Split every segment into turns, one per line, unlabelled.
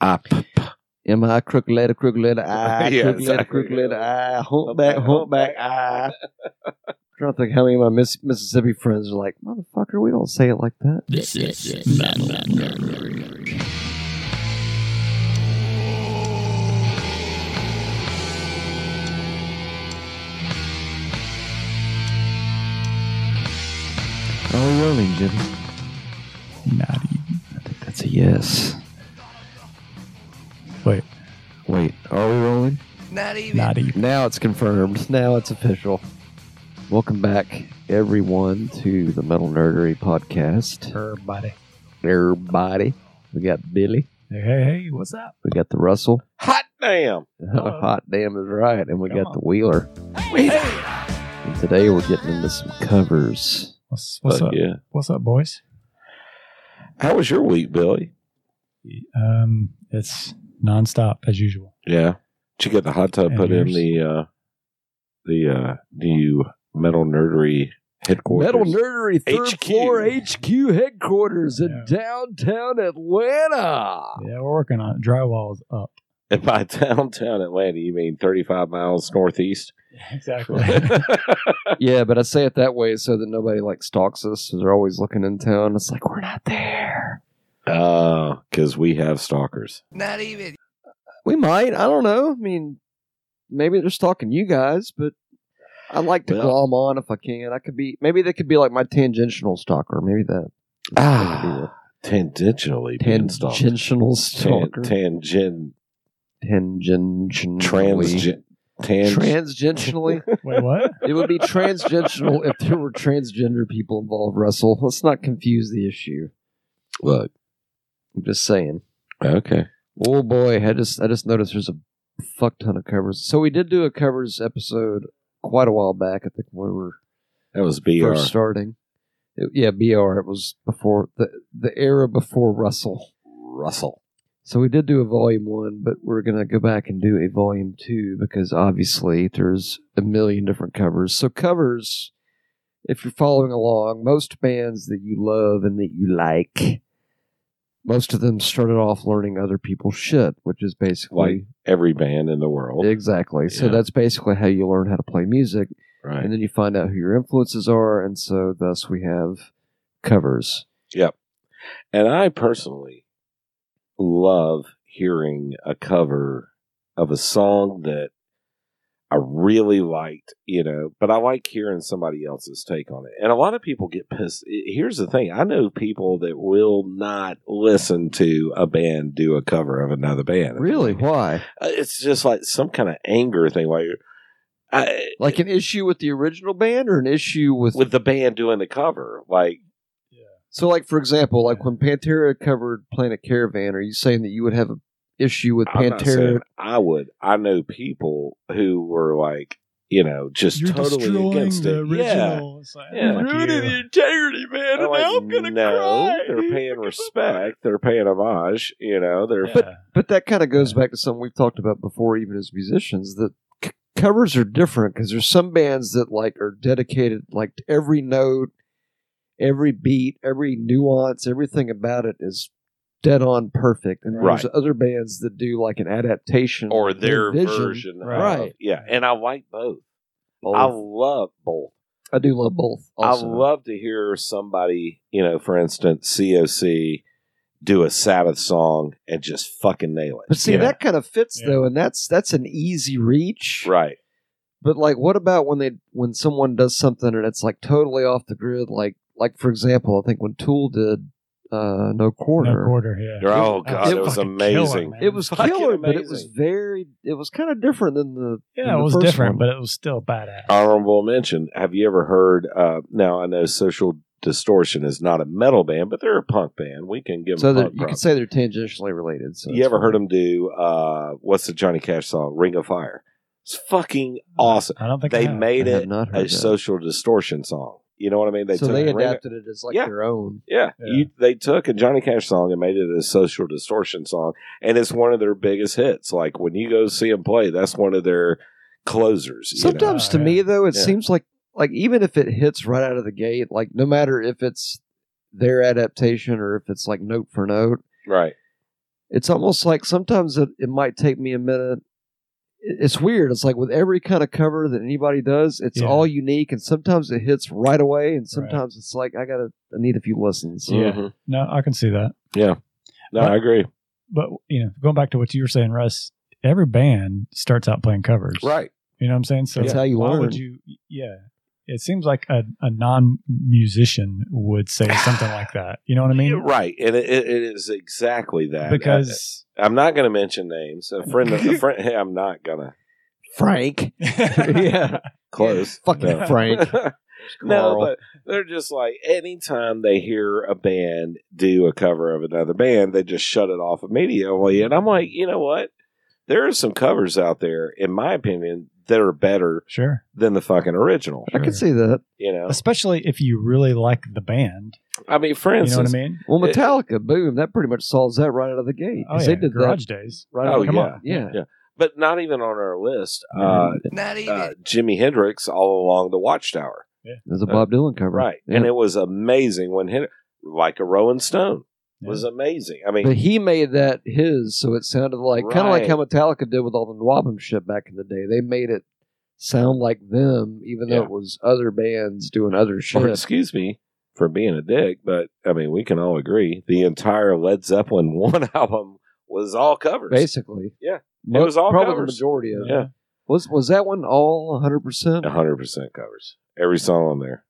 up.
M I crook letter, crook letter, I
Yeah,
crook letter,
exactly.
crook letter, I humpback, humpback, I. I'm
ah.
trying to think how many of my Miss- Mississippi friends are like, motherfucker, we don't say it like that.
This is Metal Nerd.
Oh, rolling, Jimmy.
Not even.
That's a yes.
Wait,
Wait, are we rolling?
not even.
Now it's confirmed. Now it's official. Welcome back, everyone, to the Metal Nerdery podcast.
Everybody.
Everybody, we got Billy,
Hey, hey, hey, what's up?
we got the Russell.
Hot damn!
Hot damn is right, and we
Come
got
on.
the Wheeler. And today we're getting into some covers.
What's, what's
Fuck
up?
yeah.
What's up, boys?
How was your week, Billy?
Um, it's nonstop as usual.
Yeah. Did you get the hot tub
And
put in
yours?
the uh the uh new metal nerdery headquarters?
Metal Nerdery Third
HQ.
Floor HQ headquarters in
Yeah.
downtown Atlanta.
Yeah, we're working on it. Drywall is up.
And by downtown Atlanta, you mean 35 miles northeast? Uh,
Exactly.
yeah, but I say it that way so that nobody like stalks us. So they're always looking in town. It's like we're not there.
Because we have stalkers.
We might. I don't know. I mean, maybe they're stalking you guys, but I like to
Well-
call them on if I can. I could be. Maybe they could be like my tangential stalker. Maybe that.
Ah, tangentially being stalked.
Tangential
Tan-
stalker.
Tangent.
Tangentially.
Transgen. Tang-
Transgentionally.
Wait, what?
It would be transgentional if there were transgender people involved, Russell. Let's not confuse the issue.
Look.
I'm just saying.
Okay.
Oh boy, I just I just noticed there's a fuck ton of covers. So we did do a covers episode quite a while back. I think when we were
That was BR.
first starting. It- yeah, BR. It was before the the era before Russell.
Russell.
So we did do a volume one, but we're gonna go back and do a volume two because obviously there's a million different covers. So covers, if you're following along, most bands that you love and that you like, most of them started off learning other people's shit, which is basically
Every band in the world.
exactly. So
Yeah.
that's basically how you learn how to play music,
right.
and then you find out who your influences are, and so thus we have covers.
And I personally love hearing a cover of a song that I really liked, you know, but I like hearing somebody else's take on it. And a lot of people get pissed. I- Here's the thing I know people that will not listen to a band do a cover of another band.
Really? Why?
Uh, It's just like some kind of anger thing. Like, I,
Like an issue with the original band, or an issue with
with the band doing the cover, like,
So, like for example, like when Pantera covered Planet Caravan, are you saying that you would have an issue with
I'm not saying
Pantera?
I would. I know people who were like, you know, just
You're
totally
destroying
against
the
it.
original. It's like,
Yeah.
fuck you.
integrity, man,
I'm like, no, they're paying respect. They're paying homage. You know, they're
Yeah.
But that kind of goes back to something we've talked about before, even as musicians. That c- covers are different because there's some bands that like are dedicated, like to every note, every beat, every nuance, everything about it is dead on perfect. And there's other bands that do like an adaptation
or their
vision.
version, of-
Right.
Yeah, and I like both.
Both.
I love both.
I do love both. Also.
I love to hear somebody, you know, for instance, COC do a Sabbath song and just fucking nail it.
But see,
you know?
that kind of fits
Yeah.
though, and that's that's an easy reach.
right?
But like, what about when they when someone does something and it's like totally off the grid? Like like for example, I think when Tool did uh, No Quarter,
No quarter, yeah.
Oh
That
god,
was
it was
fucking killer,
amazing.
man.
it was
Fucking
killer, but it was
amazing.
very it was kind of different than the
Yeah,
than
it
the
was
first
different,
one.
but it was still badass.
honorable mention. Have you ever heard? Uh, now I know Social Distortion is not a metal band, but they're a punk band. We can give
so
them.
that
punk
you could
props.
say they're tangentially related. So
you ever heard them do uh, what's the Johnny Cash song? Ring of Fire. It's fucking awesome.
I don't think
They
I have.
made
I have
it
not
a
Oh, heard that.
Social Distortion song. You know what I mean?
so
took
they
Ring of-
adapted it as like
Yeah.
their own.
Yeah,
Yeah.
You, they took a Johnny Cash song and made it a social distortion song, and it's one of their biggest hits. Like when you go see them play, that's one of their closers. you know?
Sometimes to
Yeah.
me though, it
Yeah.
seems like like even if it hits right out of the gate, like no matter if it's their adaptation or if it's like note for note,
right?
it's almost like sometimes it, it might take me a minute. It- It's weird. It's like with every kind of cover that anybody does, it's
Yeah.
all unique, and sometimes it hits right away, and
Right.
sometimes it's like I gotta, I need a few listens.
Yeah.
Mhm.
No, I can see that.
No, I agree.
But you know, going back to what you were saying, Russ, every band starts out playing covers,
Right.
You know what I'm saying? So
That's how you
why
learn.
would you? Yeah, it seems like a, a non-musician would say something like that. You know what I
Yeah,
mean?
Right. And it, it it is exactly that.
Because
I, am not going to mention names. A friend, a friend, hey, I'm not going to.
Frank, yeah,
Close.
fucking
No.
Frank.
no,
Carl.
but they're just like anytime they hear a band do a cover of another band, they just shut it off immediately. And I'm like, you know what? There are some covers out there, in my opinion, that are better
sure,
than the fucking original.
I can see that.
You know,
especially if you really like the band.
I mean, for
You know what I
instance,
mean?
Well,
It-
Metallica, boom, that pretty much solves that right out of the gate. 'cause They did
Oh, Garage
that
Days.
right.
Oh,
out
yeah.
of, yeah,
Yeah. but not even on our list.
Mm-hmm.
Uh,
Not even.
uh, Jimi Hendrix, all along the Watchtower,
There's a Bob Dylan cover,
uh, right?
Yeah.
And it was amazing when Hendrix, like a Rolling Stone, was amazing. I mean,
But he made that his, so it sounded like kind of like how Metallica did with all the Nwabam shit back in the day. They made it sound like them, even though
Yeah.
it was other bands doing other
or
shit.
excuse me for being a dick, but I mean, we can all agree the entire Led Zeppelin one album was all covers.
Basically,
Yeah. It
Mo-
was all
probably
covers.
the majority of it.
Yeah.
Was was that one all 100? percent
100% covers. Every song on there.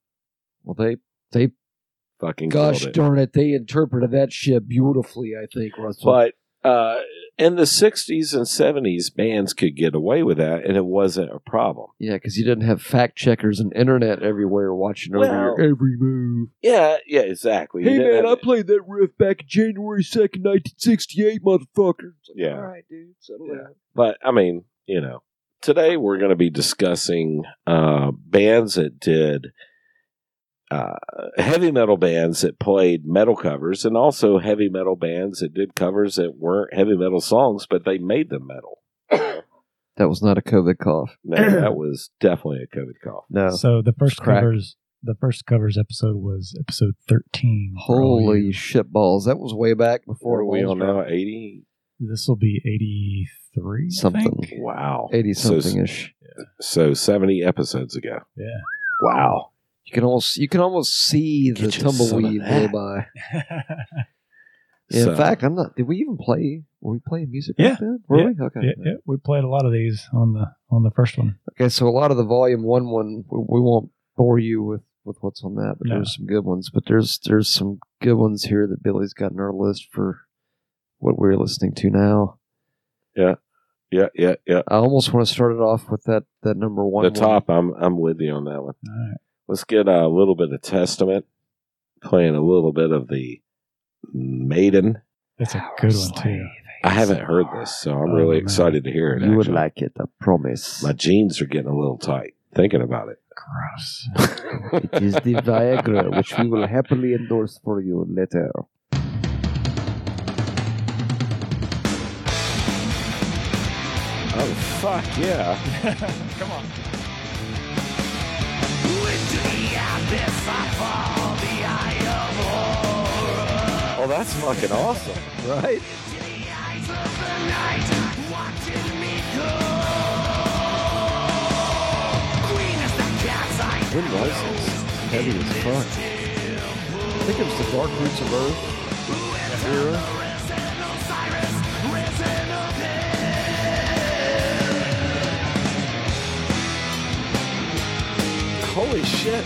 Well, they they
Fucking
gosh
killed it.
darn it, they interpreted that shit beautifully. I think Russell.
But uh, in the 60s and 70s, bands could get away with that and it wasn't a problem.
yeah, because you didn't have fact checkers and internet everywhere watching over
Well-
your every move.
Yeah, yeah, exactly. You
Hey
didn't
man, I
have-
played that riff back January second, nineteen sixty eight, motherfucker. It's like,
Yeah.
All right, dude, settle
Yeah.
down.
But I mean, you know, today we're going to be discussing uh, bands that did uh, heavy metal bands that played metal covers, and also heavy metal bands that did covers that weren't heavy metal songs, but they made them metal.
That was not a COVID cough.
now, that was definitely a COVID call.
No.
So the first
Crack.
covers, the first covers episode was episode thirteen. for all
Holy
you-
shit balls. That was way back
What
before
are we
balls
on now? Eighty?
This will be eighty-three. I
Something.
think?
Wow,
were 80
So-
something ish.
So seventy episodes ago.
Yeah.
Wow.
You can almost you can almost see the
Get you some of
tumbleweed blow
that.
by. Yeah,
So-
in fact, I'm not did we even play were we playing music
Yeah.
back then? Were
Yeah.
we? Okay.
yeah, yeah, we played a lot of these on the on the first one.
Okay, so a lot of the volume one one we, we won't bore you with with what's on that, but
No.
there's some good ones. But there's there's some good ones here that Billy's got in our list for what we're listening to now.
yeah, yeah, yeah.
I almost want to start it off with that that number one.
The
one.
top. I'm I'm with you on that one.
All right.
Let's get a little bit of Testament, playing a little bit of the Maiden.
That's a
Power
good one
Slave.
too.
I haven't heard this, so I'm really
Oh, man.
excited to hear it.
You would
actually.
like it, I promise.
My jeans are getting a little tight thinking about it.
Gross.
it is the Viagra, which we will happily endorse for you later.
oh fuck yeah!
Come on.
Oh, that's fucking awesome.
Right?
When was this?
Heavy as fuck. I think it was the Dark Roots of Earth era.
Holy shit!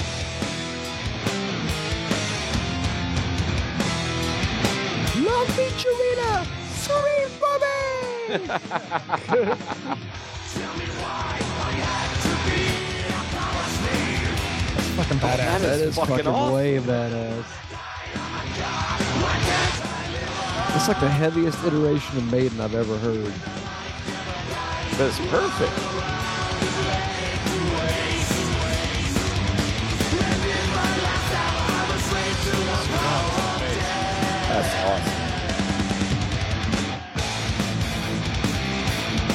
Love me, Chirina! Scream for me!
Fucking badass.
that is fucking, way badass. It's like the heaviest iteration of Maiden I've ever heard.
That's perfect. That's awesome.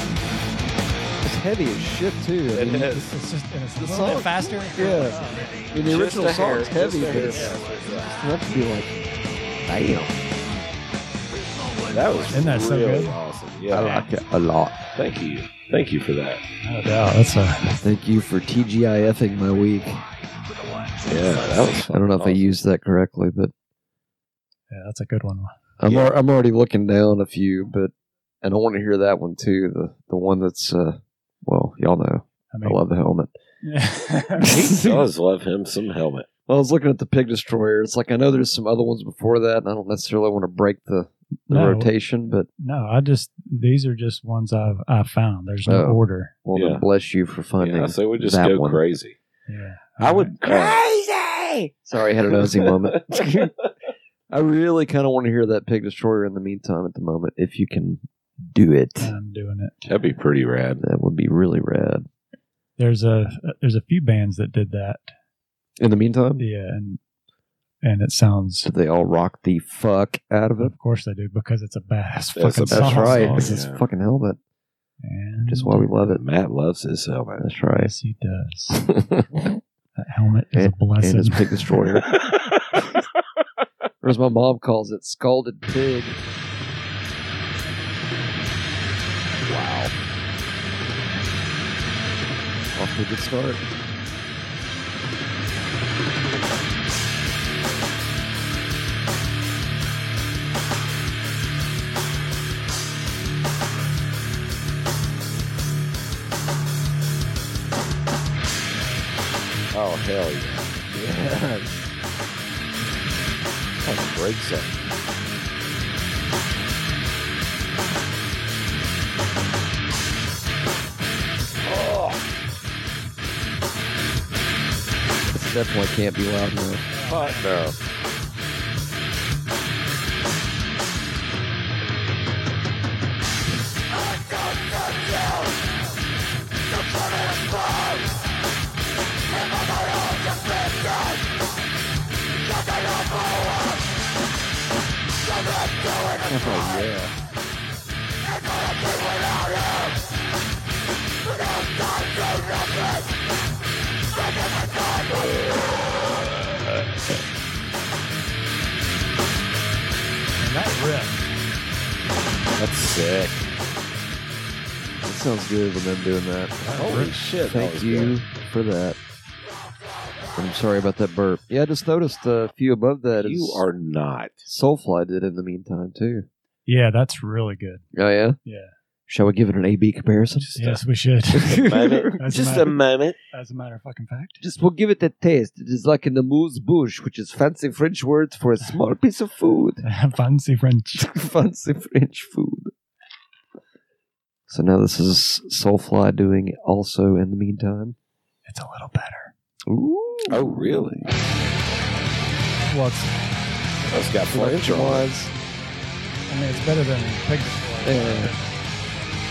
It's heavy as shit too. I
It
mean,
is.
It's just and it's a
The
little
song-
bit faster.
Yeah. I mean, the
Just
original
a hair,
song's heavy,
just a
but
hair.
it's enough to be like, damn.
That was
Isn't that so
really
good?
awesome.
I
Yeah.
like it a lot.
Thank you. Thank you for that.
No doubt. That's a
Thank you for TGIFing my week.
Yeah, that was
I don't know if I used that correctly, but
yeah, that's a good one.
I'm
Yeah.
al- I'm already looking down a few, but and I want to hear that one too. The the one that's uh, well, y'all know
I
I
mean,
love the helmet.
He does love him some helmet.
Well, I was looking at the Pig Destroyer. It's like I know there's some other ones before that, and I don't necessarily want to break the, the
no,
rotation, but
no, I just these are just ones I've I found. There's no
Oh.
order.
well,
Yeah.
then bless you for finding.
Yeah, so we just
that
go
one.
crazy.
Yeah,
I would crazy.
Sorry, I had an Ozzy moment. I really kind of want to hear that Pig Destroyer in the meantime at the moment, if you can do it.
I'm doing it.
That'd be pretty rad.
That would be really rad.
There's a there's a few bands that did that.
In the meantime,
Yeah, and and it sounds.
did they all rock the fuck out of it?
Of course they do because it's a badass fucking
That's a-
song.
That's right.
song,
It's this
yeah.
fucking helmet.
And
Just why we love it.
Matt loves his helmet.
That's right.
yes, he does. That helmet is a
And
blessing.
his Pig Destroyer. or as my mom calls it, Scalded Pig. Wow. Off to a good start.
oh hell yeah!
Yes.
That breaks up.
Oh. This definitely can't be loud enough.
Fuck no.
Oh, yeah.
And that riff.
That's sick.
That sounds good when I'm doing that.
Holy shit! that
Thank
was
you
good.
for that. And I'm sorry about that burp. Yeah, I just noticed a few above that. is
You are not.
Soulfly did in the meantime, too.
Yeah, that's really good.
Oh, yeah?
Yeah.
Shall we give it an A B comparison?
Yes, we should.
moment.
As
Just
matter-
a moment.
As a matter of fucking fact.
Just we'll give it a taste. It is like an amuse bouche, which is fancy French word for a small piece of food.
Fancy French.
fancy French food. So now this is Soulfly doing also in the meantime.
It's a little better.
Ooh.
Oh really?
Well, it's,
That's got flinch on. it.
was,
I mean, it's better than Pig Destroyer.
Yeah.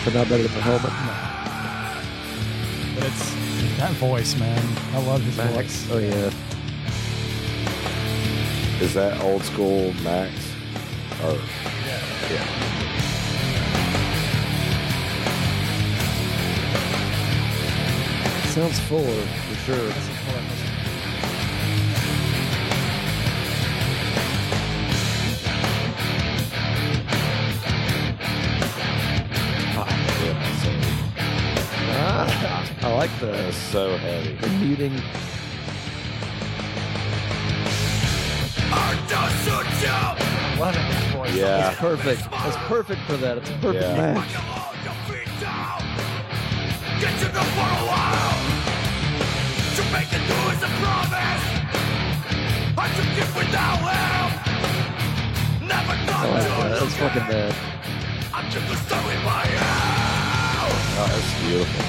but not better than the helmet.
But it's that voice, man. I love his voice.
Oh yeah.
Is that old school Max? Or
Sounds fuller for sure.
yeah,
Ah, I like
so, that
the
is so heavy.
the muting.
I love his voice.
Yeah.
It's perfect. It's perfect for that. It's a perfect
Yeah.
match. I like Oh, that. That's fucking bad.
Oh, that's beautiful.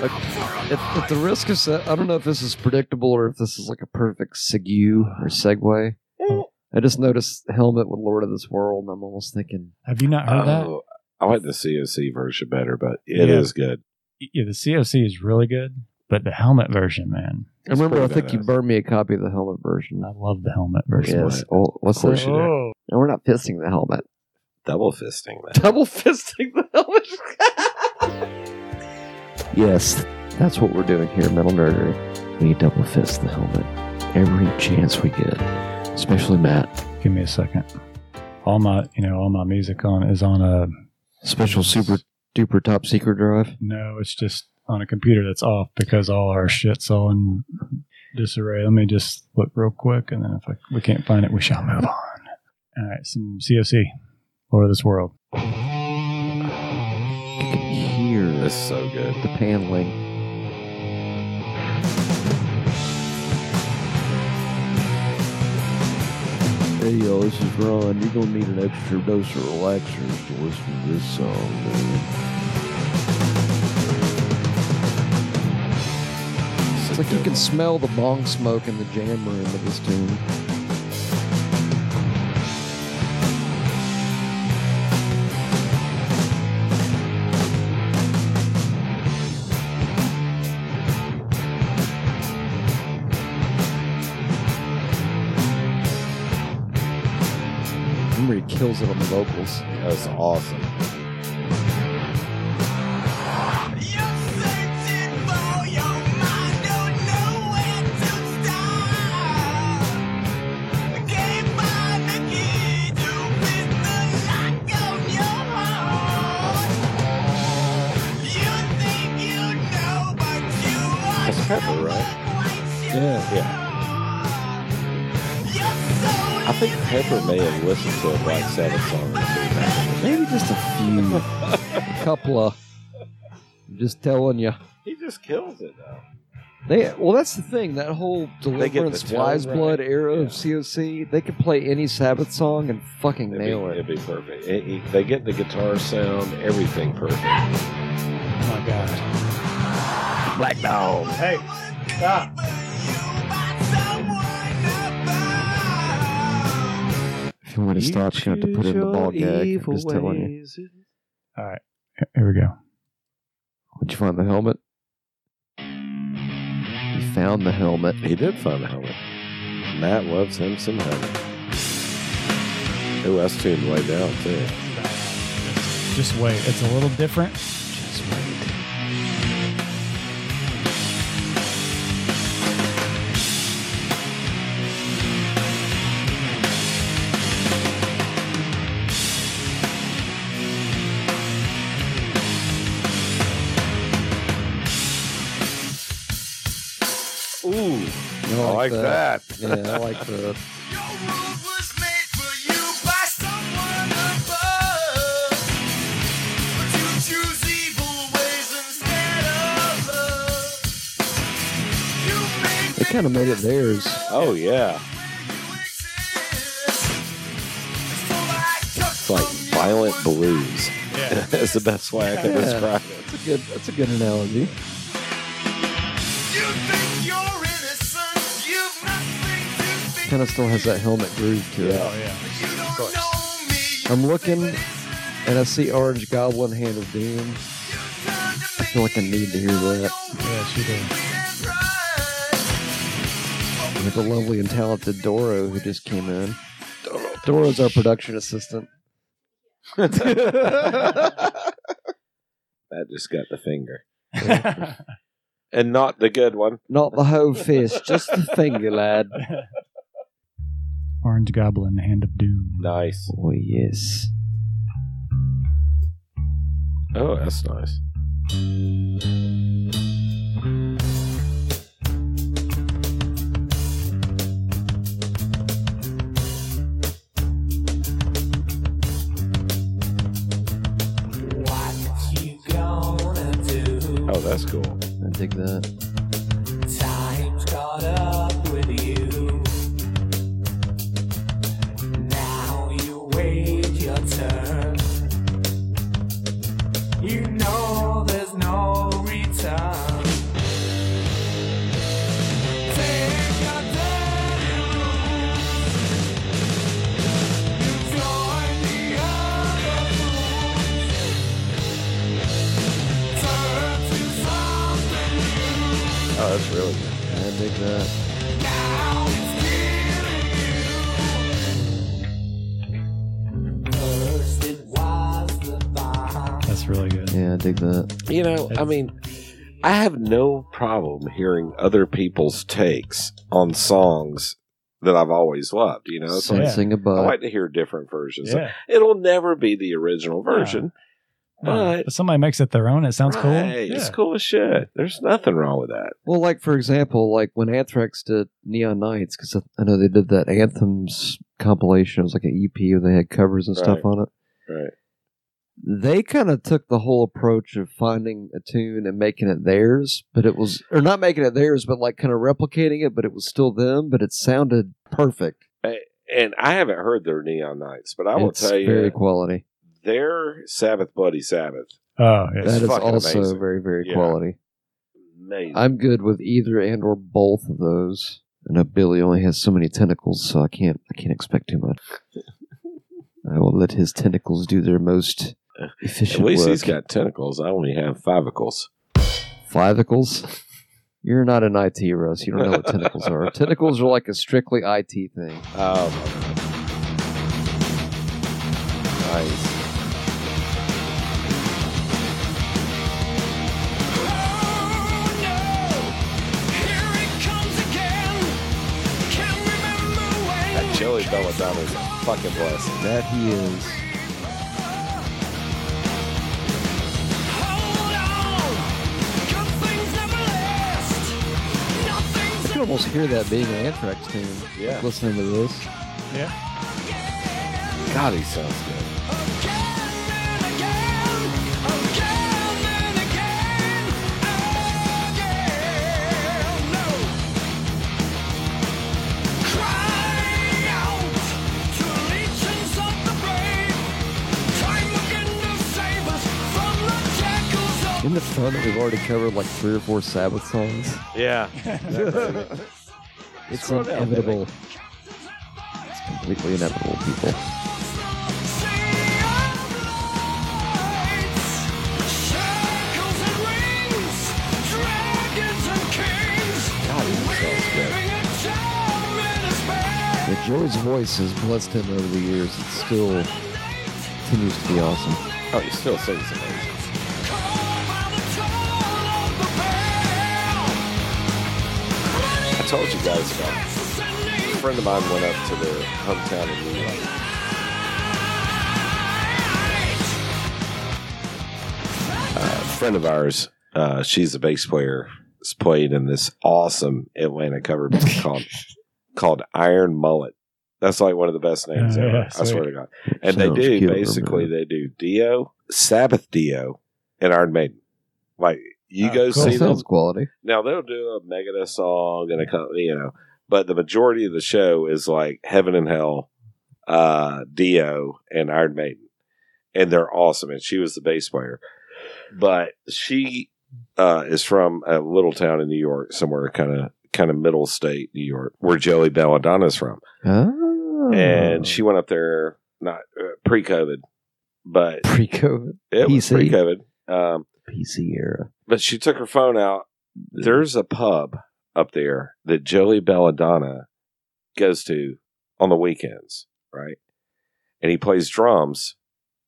At, at the risk of, se- I don't know if this is predictable or if this is like a perfect segue or segue.
Eh.
I just noticed helmet with Lord of this World, and I'm almost thinking
Have you not heard that?
Oh, I like the COC version better, but it is
Yeah.
good.
Yeah, the COC is really good, but the helmet version, man.
I remember. I
pretty
think you
badass.
burned me a copy of the helmet version.
I love the helmet version.
yes. Oh, what's
Of course
that?
you do.
And we're not pissing the helmet.
double fisting that.
Double fisting the helmet. yes, that's what we're doing here, Metal Nerdery. We double fist the helmet every chance we get, especially Matt.
Give me a second. All my, you know, all my music on is on a
Special super duper top secret drive.
No, it's just on a computer that's off because all our shit's all in disarray. Let me just look real quick, and then if I, we can't find it, we shall move on. All right, some COC, Lord of this World.
You can hear
That's so good.
the paneling. Hey y'all, this is Ron. You're gonna need an extra dose of relaxers to listen to this song, man.
So
It's like you
good.
can smell the bong smoke in the jam room of this tune. Remember, he kills it on the vocals.
That's awesome. That's Pepper, right?
Yeah.
Yeah.
I think Pepper may have listened to a Black Sabbath song or two back in the
Maybe just a few, a couple of. I'm just telling you.
He just kills it though.
They well, that's the thing. That whole
get the
Deliverance,
tone
Wise
right.
Blood era
Yeah.
of COC, they could play any Sabbath song and fucking
It'd
nail it.
be, it'd be perfect. It- it- they get the guitar sound, everything perfect.
Oh my God!
Black Dog.
Hey, stop!
If you want to stop, you're gonna have to put in the ball gag. I'm just telling you.
All right, here we go.
Would you find the helmet? You found the helmet.
He did find a helmet. Matt loves him some helmet. Ooh, that's tuned way down too.
Just wait. It's a little different.
Just wait.
Ooh,
You know,
I like that.
yeah, I like that. They kind of made it theirs.
Oh yeah, it's like violent blues.
Yeah.
that's the best way I can
Yeah.
describe
That's a good. That's a good analogy. Kind of still has that helmet groove to it.
Yeah.
Oh yeah.
I'm looking, and I see Orange Goblin, Hand of Doom. I feel like I need to hear that.
Yeah, she did.
with the lovely and talented Doro who just came in. Doro's our production assistant.
it. Matt just got the finger, and not the good one.
Not the whole fist, just the finger, lad.
Orange Goblin, Hand of Doom.
Nice.
Oh, yes.
Oh, that's nice. Oh, that's cool.
I dig that.
Time's caught up with you. Now you wait your turn. You know there's no return. Take your dirty rules. You join the other fools. Turn to something new.
Oh, that's really good.
I dig that.
Now it's killing you. First it
dig that.
You know, I mean, I have no problem hearing other people's takes on songs that I've always loved. You know, it's
Sing,
like,
yeah.
sing a
I
butt.
like to hear different versions.
Yeah.
It'll never be the original version,
But,
but
somebody makes it their own. It sounds cool.
Right, It's
Yeah.
cool as shit. There's nothing wrong with that.
Well, like for example, like when Anthrax did Neon Nights, because I know they did that Anthems compilation. It was like an EP where they had covers and stuff
Right.
on it.
Right.
They kind of took the whole approach of finding a tune and making it theirs, but it was or not making it theirs, but like kind of replicating it, but it was still them, but it sounded perfect.
And I haven't heard their Neon Nights, but I will
it's
tell you,
very quality.
their Sabbath Bloody Sabbath,
Oh, yeah.
It's
That is
fucking
also
amazing.
very very
Yeah.
quality.
amazing.
I'm good with either and or both of those. I know Billy only has so many tentacles, so I can't I can't expect too much. I will let his tentacles do their most
At
efficient
least
work.
he's got tentacles. I only have favicles.
Fivicles? You're not in IT, Russ. You don't know what tentacles are. Tentacles are like a strictly IT thing.
Oh. Nice. That Joey Belladonna is a fucking blessing.
That he is. I can almost hear that being an Anthrax tune.
Yeah.
Listening to this.
God, he sounds good.
Isn't it fun that we've already covered like three or four Sabbath songs?
Yeah.
It's
Scroll down,
inevitable. It's completely inevitable, people. Yeah, Joey's voice has blessed him over the years. It still continues to be awesome.
Oh, he still sings amazing. I told you guys about A friend of mine went up to their hometown in New York. A friend of ours, uh, she's a bass player, is played in this awesome Atlanta cover band called called Iron Mullet. That's like one of the best names
Oh,
ever.
yeah,
I swear
sweet.
to God. And they
Sounds
do
cute,
basically
remember.
they do Dio, Sabbath Dio, and Iron Maiden. Like you
Oh,
go
cool.
see
That
them,
sounds quality.
now they'll do a Megadeth song and a co- you know, but the majority of the show is like Heaven and Hell, uh, Dio and Iron Maiden, and they're awesome. And she was the bass player, but she uh, is from a little town in New York, somewhere kind of kind of middle state New York, where Joey Belladonna's from
Oh.
and she went up there not uh, pre-COVID, but
pre-COVID
it was
PC.
pre-COVID. Um,
PC era.
but she took her phone out.
Mm-hmm.
There's a pub up there that Joey Belladonna goes to on the weekends, right? And he plays drums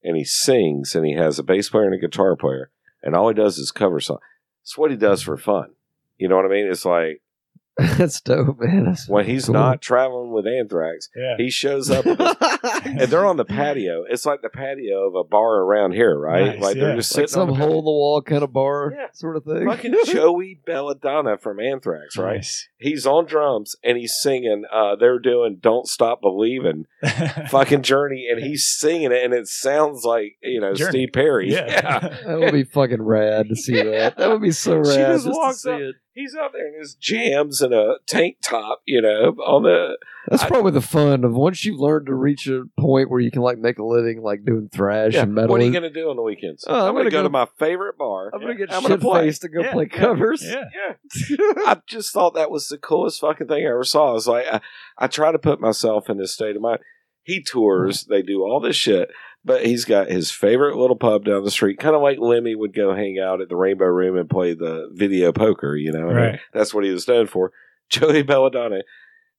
and he sings and he has a bass player and a guitar player, and all he does is cover songs. It's what he does for fun. You know what I mean? It's like
That's dope, man. That's
when he's
cool.
not traveling with Anthrax,
Yeah.
he shows up with a and they're on the patio. It's like the patio of a bar around here, right?
Nice,
like they're
yeah.
just
like
sitting
some
on the
hole in the wall kind of bar
Yeah.
sort of thing.
patio. fucking Joey Belladonna from Anthrax, right?
Nice.
He's on drums and he's singing. Uh, they're doing "Don't Stop Believing," fucking Journey, and he's singing it, and it sounds like you know
Journey.
Steve Perry.
yeah.
that would be fucking rad to see that. That would be so rad.
She just
to
walks
see
up.
it.
he's out there in his jams and a tank top, you know, on the
That's
I-
probably the fun of once you've learned to reach a point where you can like make a living like doing thrash
Yeah,
and metal.
What are you gonna do on the weekends?
Oh, I'm
Uh, I'm, gonna,
gonna
go,
go-
to my favorite bar.
I'm gonna get
I'm gonna
shit
play.
faced to go
Yeah,
play
yeah,
covers.
yeah.
Yeah. I just thought that was the coolest fucking thing I ever saw. It's like I, I try to put myself in this state of mind. He tours, they do all this shit, but he's got his favorite little pub down the street, kind of like Lemmy would go hang out at the Rainbow Room and play the video poker. You know, I mean,
Right.
that's what he was known for. Joey Belladonna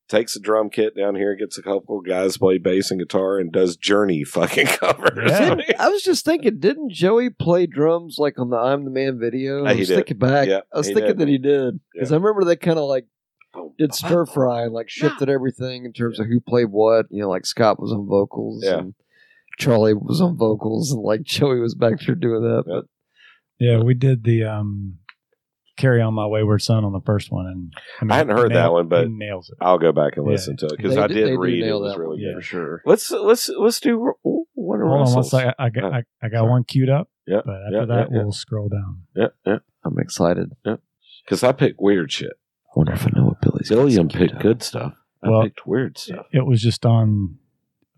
takes a drum kit down here, gets a couple guys to play bass and guitar, and does Journey fucking covers.
Yeah.
I was just thinking, didn't Joey play drums like on the "I'm the Man" video?
Uh,
I
he
was
did.
thinking back.
Yeah,
I was
he
thinking
did.
that he did because
Yeah. Uh-huh.
I remember they kind of like
Oh,
did stir fry and like shifted everything in terms of who played what. You know, like Scott was on vocals,
Yeah.
and Charlie was on vocals, and like Joey was back there doing that.
Yeah.
But
Yeah, we did the um, "Carry On My Wayward Son" on the first one, and mean,
I hadn't heard
he
that
nailed-
one, but-
he nails it.
I'll go back and
Yeah.
listen to it because
They
I
did-
did
they do
read it
nail
was
that
really
one,
good.
yeah.
for sure.
Let's let's let's do ooh, one of
Hold on, one
Russell's.
sec. I got
Oh,
I, I got
sorry.
one queued up.
Yeah,
but after
yeah,
that,
yeah, yeah.
we'll scroll down.
Yeah, yeah.
I'm excited.
Because I pick weird shit.
I wonder if I know what Billy's. got
Billiam
queued
picked
up.
good stuff. I
Well-
picked weird stuff.
It was just on.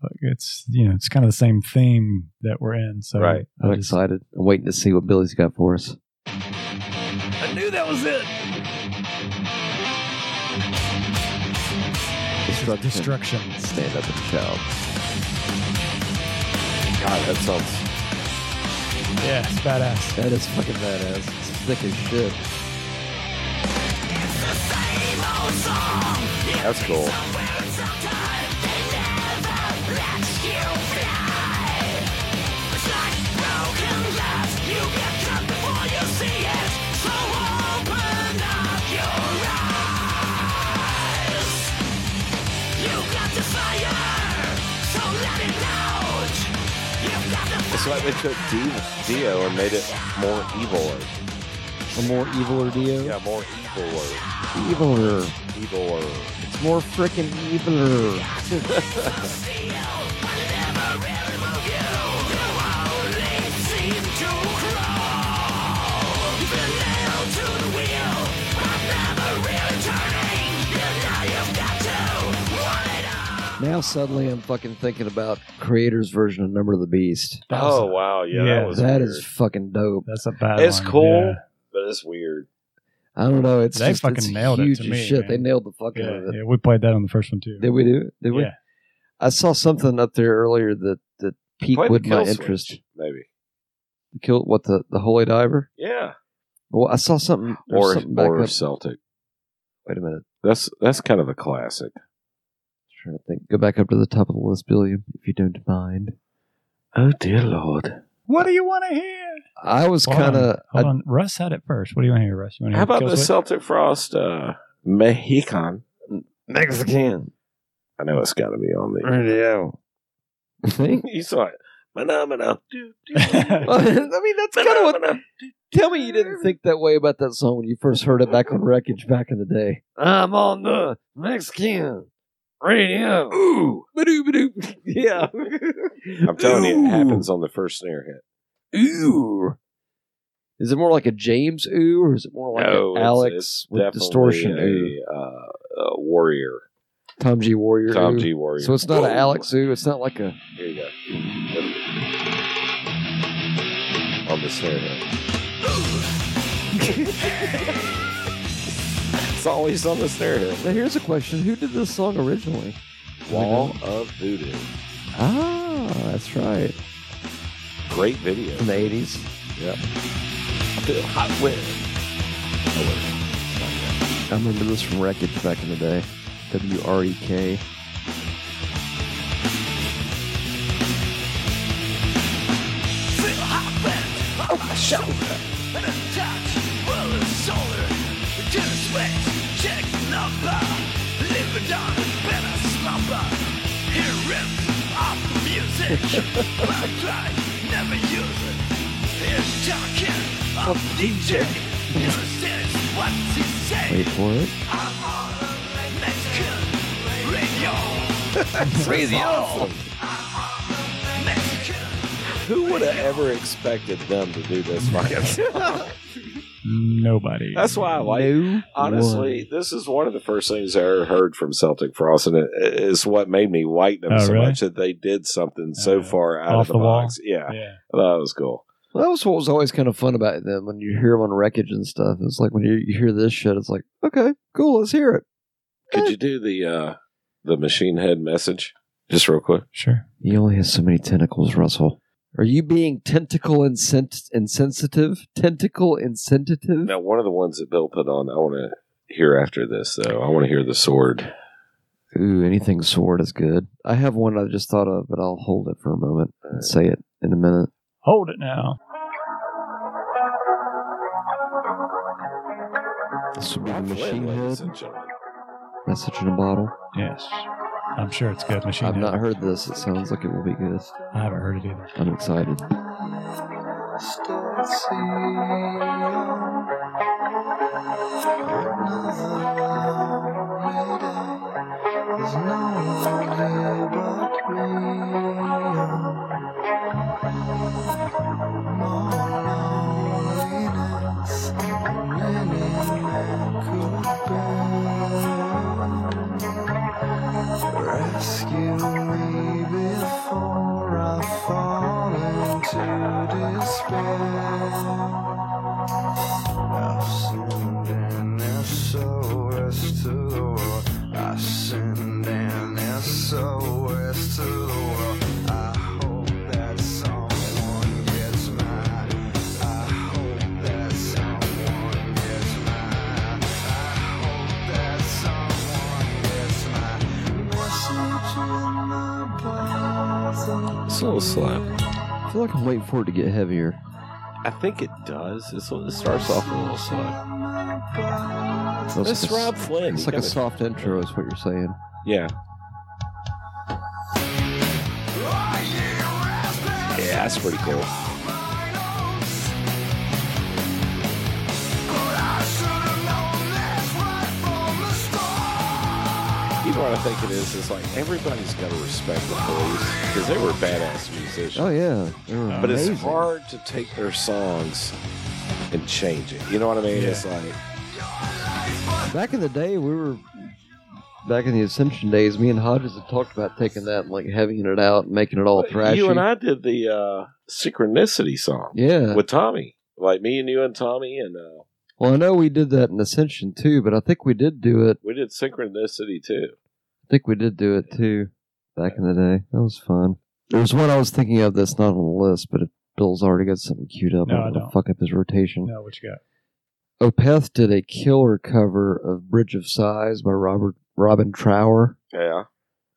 Like it's you know it's kind of the same theme that we're in. So
Right.
I
I'm
just-
excited. I'm waiting to see what Billy's got for us.
Destruction.
Stand up and shout.
God, that sounds.
Yeah, it's badass.
That is fucking badass. It's thick as shit.
That's cool. It's like they took Dio, Dio and made it more evil.
A more evil or Dio?
Yeah, more evil.
Eviler.
Evil.
It's more freaking eviler. Now suddenly I'm fucking thinking about creator's version of Number of the Beast.
That was-
Oh wow, yeah,
Yeah,
that was
That
weird.
is fucking dope.
That's a bad.
It's
one,
cool,
yeah.
but it's weird.
I don't know. It's
They
just,
fucking
it's
nailed it to
huge as
me,
shit. They
man.
nailed the fuck
Yeah,
out of it.
yeah, we played that on the first one too.
Did we do? it? Did we?
Yeah.
I saw something up there earlier that that
Play
piqued
the
with my
Kill Switch,
interest.
maybe.
The Kill what the the Holy Diver?
Yeah,
Well, I saw something. there was
or
something back
or
up-
Celtic.
Wait a minute.
That's that's kind of a classic.
trying to think. Go back up to the top of the list, Billiam, if you don't mind.
Oh dear lord!
What do you want to hear?
I was
Hold on,
kind of.
Hold on, Russ had it first. What do you want to hear, Russ? You want to
How
hear
about the
Killswitch?
Celtic Frost uh, Mexican?
Mexican.
I know it's got to be on the.
Yeah. I think.
you saw it. Phenomena.
Well, I mean, that's kind of what.
Phenomena.
Tell me you didn't think that way about that song when you first heard it back on Wreckage back in the day. I'm on the Mexican radio. Ooh. Ba-doo-ba-doo. Yeah.
I'm telling you, it happens on the first snare hit.
Ooh. Is it more like a James ooh, or is it more like Oh,
No,
an
it's-
Alex
it's
with
definitely
distortion? ooh,
A, uh, a warrior.
Tom G. Warrior.
Tom
ooh.
G. Warrior.
So it's not
Whoa.
an Alex ooh. It's not like a.
Here you go. On the snare hit. it's always on the snare hit.
Now here's a question: Who did this song originally?
Wall of Voodoo.
Ah, that's right.
Great video.
From the '80s.
Hot whip.
I remember this from Wreckage back in the day. W R E K. Wait for it.
Crazy awesome. Who would have ever expected them to do this fucking song?
Nobody.
That's why I like
No
Honestly, this is one of the first things I ever heard from Celtic Frost, and it is what made me like them
Oh,
so
really?
much that they did something so
Uh,
far out
off
of the,
the wall?
box. Yeah,
Yeah.
that was cool.
Well, that was what was always kind of fun about them when you hear them on wreckage and stuff. It's like when you, you hear this shit, it's like, okay, cool, let's hear it.
Could you do the uh, the machine head message just real quick?
Sure.
He only has so many tentacles, Russell. Are you being tentacle insen- insensitive? Tentacle insensitive?
Now, one of the ones that Bill put on, I want to hear after this though. I want to hear the sword
ooh, anything sword is good. I have one I just thought of, but I'll hold it for a moment and say it in a minute.
Hold it now.
This would be
Ralph Lynn,
Machine
ladies
Head,
and gentlemen.
Message in a Bottle.
Yes. I'm sure it's good. Machine
I've
Head.
not heard this. It sounds like it will be good.
I haven't heard it either.
I'm excited.
Rescue me before I fall into despair. I've sinned and if so as to the world. I sinned and if so as to the world. I hope that someone gets mine. I hope that someone gets mine. I hope that someone gets mine.
It's a little slow.
I feel like I'm waiting for it to get heavier.
I think it does. It's, it starts off a little slow.
It's
It's
like a,
Rob
s-
Flynn.
it's
You
like a
gotta-
soft intro, is what you're saying.
Yeah. Yeah, that's pretty cool. You know what I think it is? It's like everybody's got to respect the police because they were badass musicians.
Oh yeah, They were
But it's
amazing.
hard to take their songs and change it. You know what I mean?
Yeah.
It's like,
Back in the day, we were back in the Ascension days. Me and Hodges had talked about taking that and like heavying it out and making it all thrashy.
you and I did the uh, synchronicity song
yeah.
with Tommy. Like me and you and Tommy, and uh,
Well, I know we did that in Ascension too, but I think we did do it.
we did synchronicity too.
I think we did do it too back in the day. That was fun. There's one I was thinking of that's not on the list, but if Bill's already got something queued up,
No,
I'm
I
gonna
don't.
fuck up his rotation.
No, what you got?
Opeth did a killer cover of Bridge of Sighs by Robert Robin Trower.
Yeah,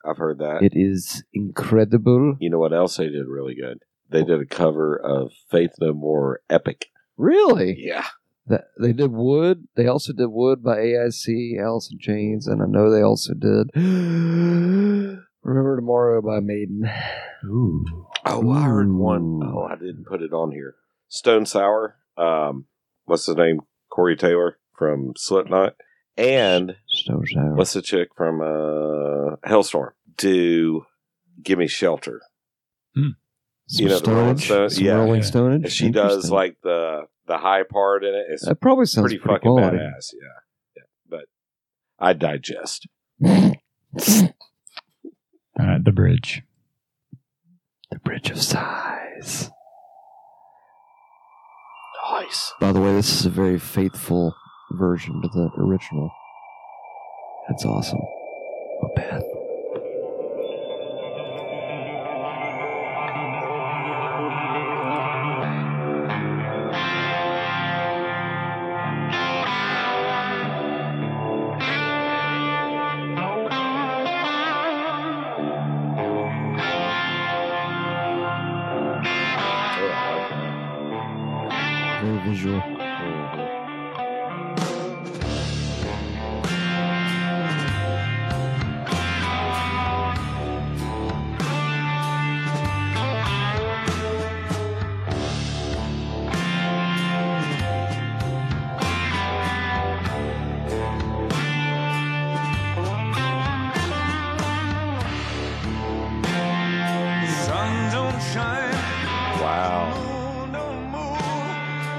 I've heard that.
It is incredible.
you know what else they did really good? They did a cover of Faith No More Epic.
Really?
Yeah.
That, they did Wood. They also did Wood by AIC, Alice in Chains, and I know they also did Remember Tomorrow by Maiden.
Ooh.
Oh, I heard one.
Ooh.
Oh, I didn't put it on here. Stone Sour. Um, what's his name? Corey Taylor from Slipknot. And
So sour.
what's the chick from uh, Hellstorm? Do Give Me Shelter.
Some
you know, the Rolling
Stonage,
Stones?
some
Yeah.
Rolling
Yeah.
Stonage.
And she does
Interesting.
like the the high part in it. It's
that. Probably sounds
pretty,
pretty,
fucking
quality.
badass. Yeah. yeah. But I digest.
All right, the bridge.
the Bridge of Sighs.
Nice.
By the way, this is a very faithful version to the original. That's awesome. Opeth. Very visual.
Sun don't shine,
Wow.
moon don't move.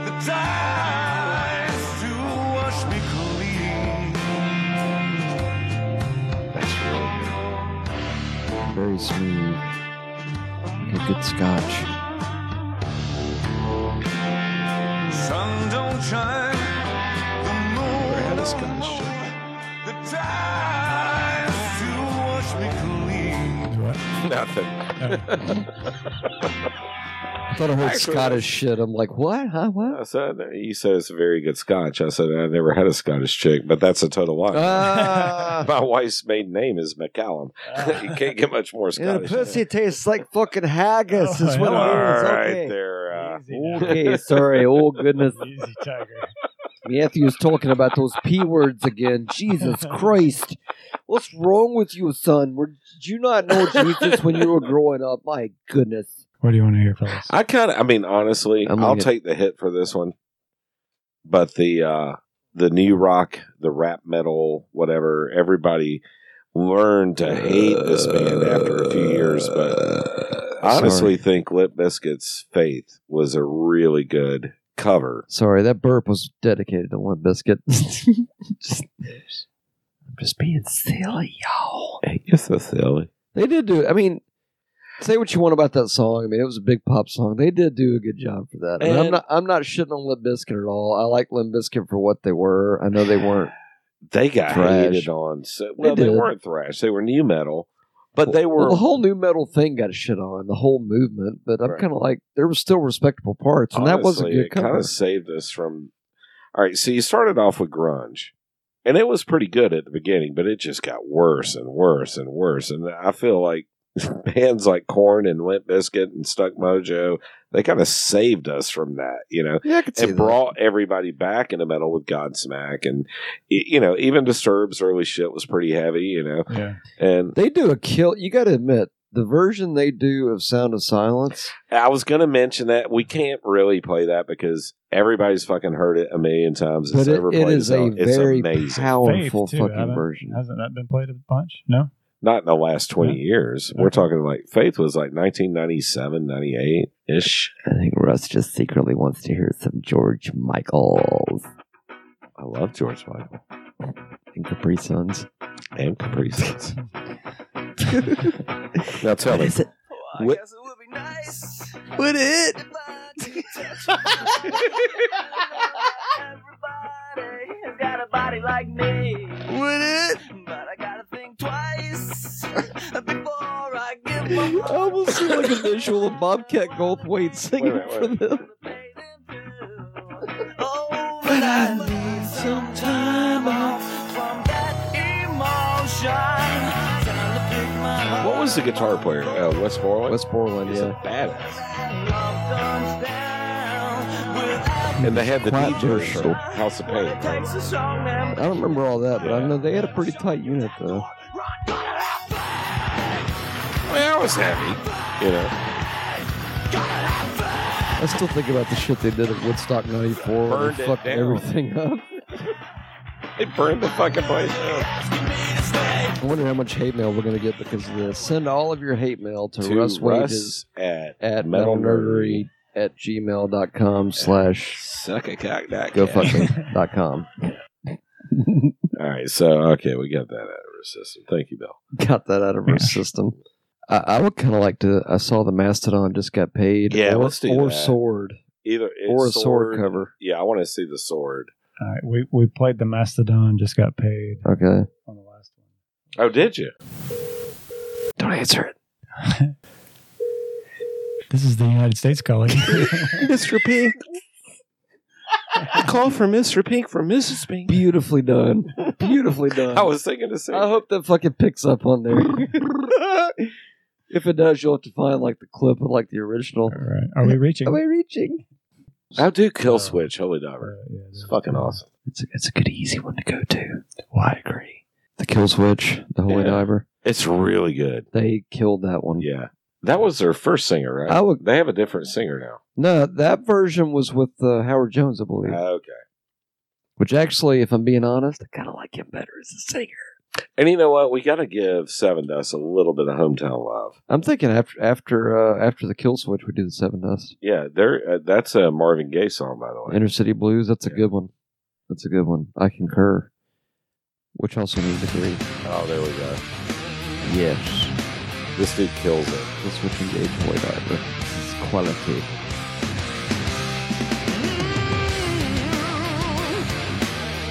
The tide's to wash me clean.
Very smooth. Like a good scotch.
Sun don't shine, the moon
had a
don't
Scottish
move. The tide's to wash me clean.
What?
Nothing.
Oh,
thought I heard
Actually,
Scottish shit. I'm like, what? Huh? What?
I said, you said it's a very good scotch. I said, I never had a Scottish chick, but that's a total lie.
Ah,
My wife's maiden name is McCallum. you can't get much more
yeah,
Scottish.
pussy tastes like fucking haggis. is
Oh,
what
All
it
Well,
is.
right
Okay.
there. Uh,
Easy now.
Okay, sorry. Oh goodness,
Easy tiger.
Matthew's talking about those p words again. Jesus Christ, what's wrong with you, son? Were, did you not know Jesus when you were growing up? My goodness.
What do you want to hear, fellas?
I kind of, I mean, honestly,
I'm
I'll
gonna-
take the hit for this one. But the uh, the new rock, the rap metal, whatever, everybody learned to hate this band after a few years. But I honestly think Lip Biscuit's Faith was a really good cover.
Sorry, that burp was dedicated to one biscuit. just, I'm just being silly, y'all.
It's so silly.
They did do. I mean, say what you want about that song. I mean, it was a big pop song. They did do a good job for that. And I'm
And-
not. I'm not shitting on Limp Bizkit at all. I like Limp Bizkit for what they were. I know they weren't.
They got
Thrash.
hated on. So, well, they,
did.
weren't thrash. They were new metal, but they were
Well, the whole new metal thing got shit on the whole movement. But I'm
Right.
kind of like there were still respectable parts, and that was a
Honestly,
good
it kind
cover.
of saved us from. All right, so you started off with grunge, and it was pretty good at the beginning, but it just got worse and worse and worse. And I feel like bands like Corn and Limp Bizkit and Stuck Mojo, they kind of saved us from that, you know.
Yeah, I could see
And
that.
brought everybody back in the metal with Godsmack, and y- you know, even Disturbed's early shit was pretty heavy, you know.
yeah.
And
They do a kill. You got to admit the version they do of Sound of Silence.
I was going to mention that we can't really play that because everybody's fucking heard it a million times.
But it,
ever
it
played,
is
so
a very
amazing.
powerful
Faith, too,
fucking
haven't-
version.
Hasn't that been played a bunch? No.
Not in the last 20
Yeah.
years. We're talking like Faith was like 1997, 98 ish.
I think Russ just secretly wants to hear some George Michaels
I love George Michael
and Capri Suns.
and Capri Suns. now tell me,
it?
I What-
guess it would be nice.
What it?
Everybody has got a body like me. Would it? But I gotta think twice before I give my
I almost see like a visual of Bobcat Goldthwait singing
Wait a minute,
for
wait
them.
Oh, but I need some time off from that emotion. Time to pick my heart
what was the guitar player? Uh, Wes Borland?
West Borland,
He's a
yeah.
badass.
and love guns down without
And they had the
Quite
DJ
versatile.
show, House of Pain.
It takes a song
I
and
don't remember all that, but I know they had a pretty tight unit though.
Well, I was happy, you know.
I still think about the shit they did at Woodstock '94. when
Burned
they
it
fucked
down.
everything up.
They burned the fucking place down.
I wonder how much hate mail we're gonna get because of this. Send all of your hate mail to,
To
Russ
Russ,
Wages
at
at
Metal
metalnerdery at gmail.com slash
Suck a cock, that
go
cat.
dot com.
All right, so okay, we got that out of our system. Thank you, Bill.
got that out of our
Yeah.
system. I, I would kind of like to. I saw the Mastodon just got paid.
Yeah,
or,
let's do
or
that.
sword
Either
or a sword, cover.
Yeah, I want to see the sword.
All right. We we played the Mastodon. Just got paid
Okay,
on the last one.
Oh, did you?
don't answer it,
This is the United States calling.
Mr. Pink.
A call from Mr. Pink from Mrs. Pink.
Beautifully done. Beautifully done.
I was thinking the same.
I hope that fucking picks up on there. if it does, you'll have to find like the clip of like the original.
All right. Are we reaching?
Am I reaching?
I'll do Kill
Uh,
Switch, Holy
Uh,
Diver.
yeah,
It's fucking awesome.
It's a, it's a good easy one to go to. Well, I agree. The kill switch, the holy
Yeah.
diver.
It's really good.
They killed that one.
Yeah. That was their first singer, right?
I would-
They have a different singer
No, that version was with uh, Howard Jones, I believe.
now. Uh, Okay.
Which actually, if I'm being honest, I kind of like him better as a singer.
And you know what? We got to give Seven Dust a little bit of hometown love.
I'm thinking after after uh, after the kill switch, we do the Seven Dust,
Yeah, they're, uh, that's a Marvin Gaye song, by the way.
Inner City Blues. That's a
Yeah.
good one. That's a good one. I concur. Which also needs to agree.
Oh, there we go.
Yes,
This dude kills it.
the switch engage boy diver. It's quality.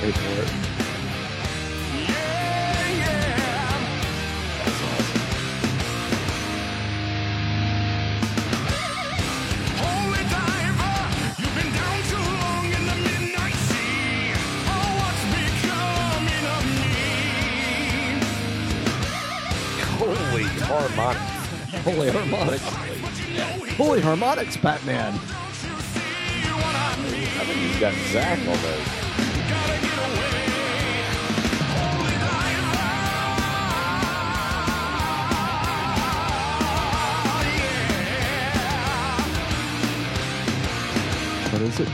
Wait for it.
Hold
Oh,
harmonics. Holy harmonics. Holy harmonics, Batman.
I think he's got Zach on those.
What is it?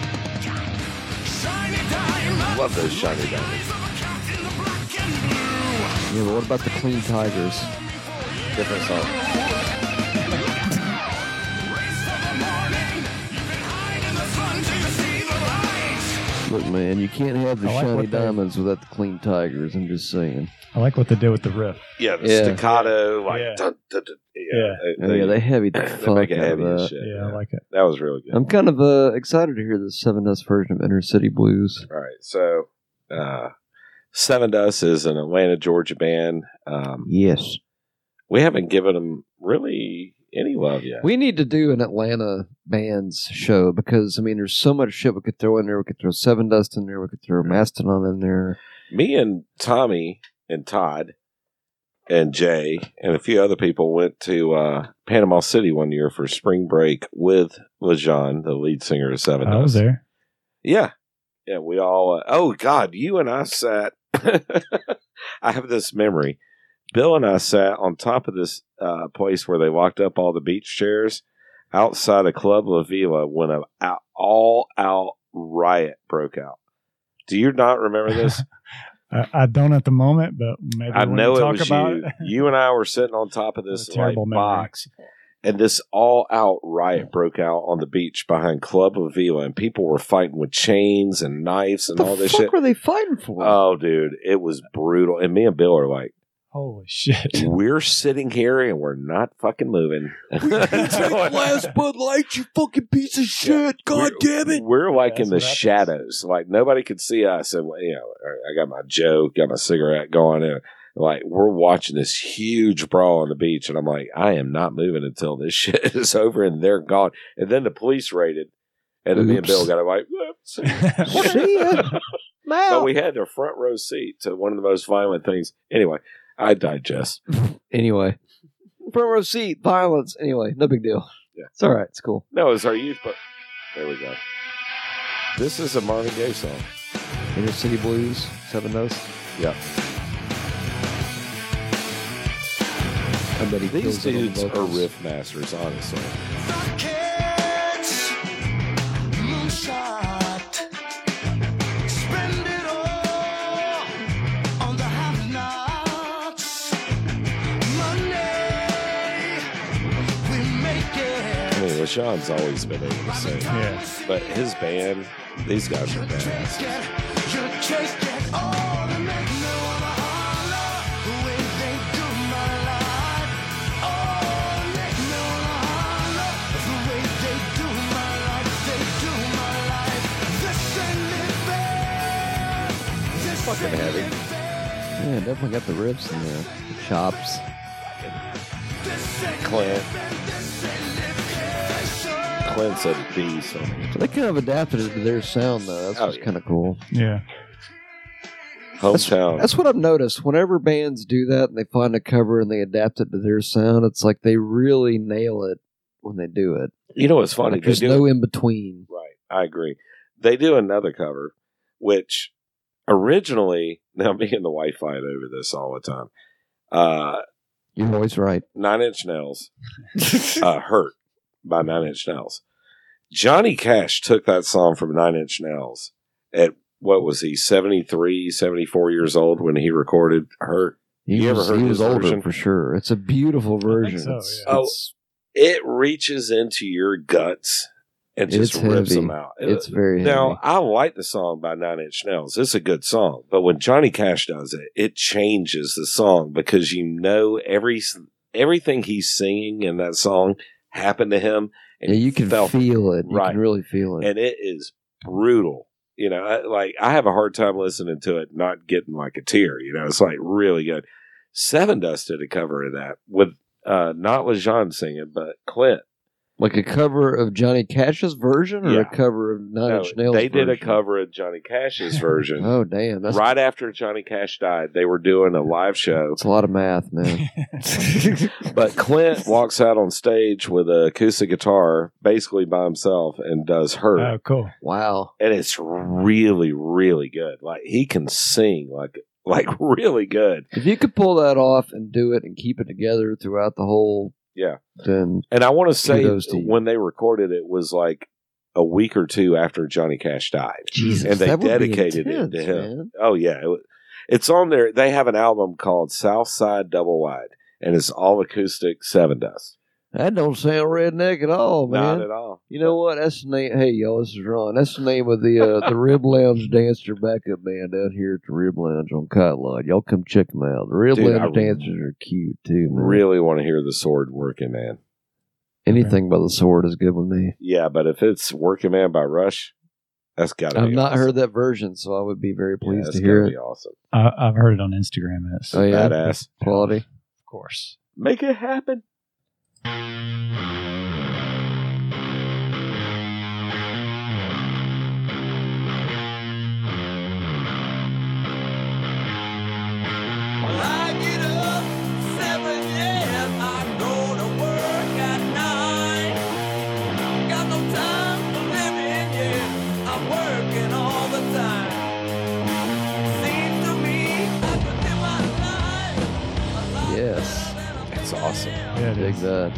Love those shiny diamonds.
Yeah, but what about the Clean Tigers?
Different song.
Look, man, you can't have the
I like
shiny
what they-
diamonds without the Clean Tigers. I'm just saying.
I like what they did with the riff.
Yeah, the
Yeah.
staccato, like
Yeah.
dun, dun, dun,
Yeah.
yeah.
Oh, yeah, they heavy the
they
fuck
make it
out of
heavy as
that.
shit.
Yeah, I like it.
that was really good.
I'm kind of uh, excited to hear the Seven Dust version of Inner City Blues.
All right, so uh, Seven Dust is an Atlanta, Georgia band. Um,
Yes.
We haven't given them really any love yet.
We need to do an Atlanta bands show because I mean, there's so much shit we could throw in there. We could throw Seven Dust in there. We could throw Mastodon in there.
Me and Tommy and Todd and Jay and a few other people went to uh, Panama City one year for spring break with LeJean, the lead singer of Seven
I
Dust.
was there.
Yeah. Yeah, we all. Uh, oh, God, you and I sat. I have this memory. Bill and I sat on top of this uh, place where they locked up all the beach chairs outside of Club La Vila when an out, all out riot broke out. Do you not remember this?
I, I don't at the moment, but maybe
I
when
know
we
it
talk
was
about
you.
it.
You and I were sitting on top of this
A
like,
terrible memory.
box, and this all-out riot broke out on the beach behind Club La Vila, and people were fighting with chains and knives and
What
all
the
this
fuck
shit.
were they fighting for?
Oh, dude, it was brutal. And me and Bill are like,
Holy shit!
we're sitting here and we're not fucking moving.
Bud Light, you fucking piece of
shit.
God damn
We're like
That's
in the
what happens.
shadows. Like nobody could see us. And you know, I got my joke, got my cigarette going, and like we're watching this huge brawl on the beach. And I'm like, I am not moving until this shit is over and they're gone. And then the police raided, and then me and
Oops.
Bill got to like, "Oops."
See ya.
but we had a front row seat to one of the most violent things. Anyway, I digest.
Anyway, front row seat, violence. Anyway, no big deal.
Yeah.
It's all right. It's cool.
No, it's our youth, but there we go. This is a Marvin Gaye song.
Inner City Blues, Seven Dust.
Yeah.
I bet he
These
kills it on the
dudes are
vocals.
riff masters, honestly.
Rockets, moonshot, spend it all on the have-nots. Monday, we make
I
it.
mean, LaShawn's always been able to sing,
Yeah.
but his band, these guys are badass.
oh,
Fucking heavy.
Yeah, definitely got the riffs in there. Chops.
Clint. Clint's a beast. on it.
So they kind of adapted it to their sound, though. That's
Oh,
what's
yeah.
kind of cool.
Yeah,
Hometown.
That's what I've noticed. Whenever bands do that and they find a cover and they adapt it to their sound, it's like they really nail it when they do it.
you know what's funny?
Like,
They
there's
do-
no in between.
Right. I agree. They do another cover, which originally, now me and the wife fight over this all the time. Uh,
You're always right.
Nine Inch Nails, uh, Hurt by Nine Inch Nails. Johnny Cash took that song from Nine Inch Nails at what was he, 73, 74 years old when he recorded Hurt?
He
You ever
was,
heard
he was
his
older
version?
for sure. It's a beautiful version.
so,
It's-
yeah.
Oh,
it's,
It reaches into your guts and just
It's
rips
heavy.
them out. Uh,
it's very
Now,
heavy.
I like the song by Nine Inch Nails. It's a good song. But when Johnny Cash does it, it changes the song because you know every everything he's singing in that song happened to him.
Yeah, you can
felt
feel it. You
Right.
can really feel it.
and it is brutal. You know, I, like I have a hard time listening to it, not getting like a tear. You know, it's like really good. Seven Dust did a cover of that with uh, not LeJean singing, but Clint.
Like a cover of Johnny Cash's version or
Yeah.
a cover of Nine
No,
Inch Nails?
they did a
version?
cover of Johnny Cash's version.
Oh damn, that's
right after Johnny Cash died, they were doing a live show.
that's a lot of math, man.
But Clint walks out on stage with a acoustic guitar, basically by himself, and does her.
oh, cool.
wow.
and it's really, really good. Like he can sing, like like really good.
If you could pull that off and do it and keep it together throughout the whole,
Yeah.
then
And I want to say
Kudos to you.
when they recorded it was like a week or two after Johnny Cash died.
Mm.
Jesus,
And they
that would be
dedicated it to
intense,
him.
man.
Oh yeah, it wa- it's on there. They have an album called Southside Double Wide, and it's all acoustic Seven Dust.
That don't sound redneck at all, Oh, man.
Not at all.
you know what? That's the name. Hey, y'all, this is Ron. That's the name of the uh, the Rib Lounge Dancer backup band down here at the Rib Lounge on Cottonwood. Y'all come check them out. The Rib
Dude,
Lounge
I
Dancers are cute too, man.
Really want to hear the sword working, man.
Anything by the sword is good with me.
Yeah, but if it's Working Man by Rush, that's got to.
I've
be
not
awesome.
heard that version, so I would be very
Yeah,
pleased
that's
to
gotta
hear it.
Be awesome,
I, I've heard it on Instagram. And it's
Oh, yeah?
badass.
Quality.
Of course.
Make it happen.
Well, I get up seven, yeah, I go to work at nine. Got no time for living, yeah, I'm working all the time. Seems to me I could live my life a lot
Yes.
better than I'm
That's
thinking
awesome.
now.
Yeah, it
Dig
is.
that.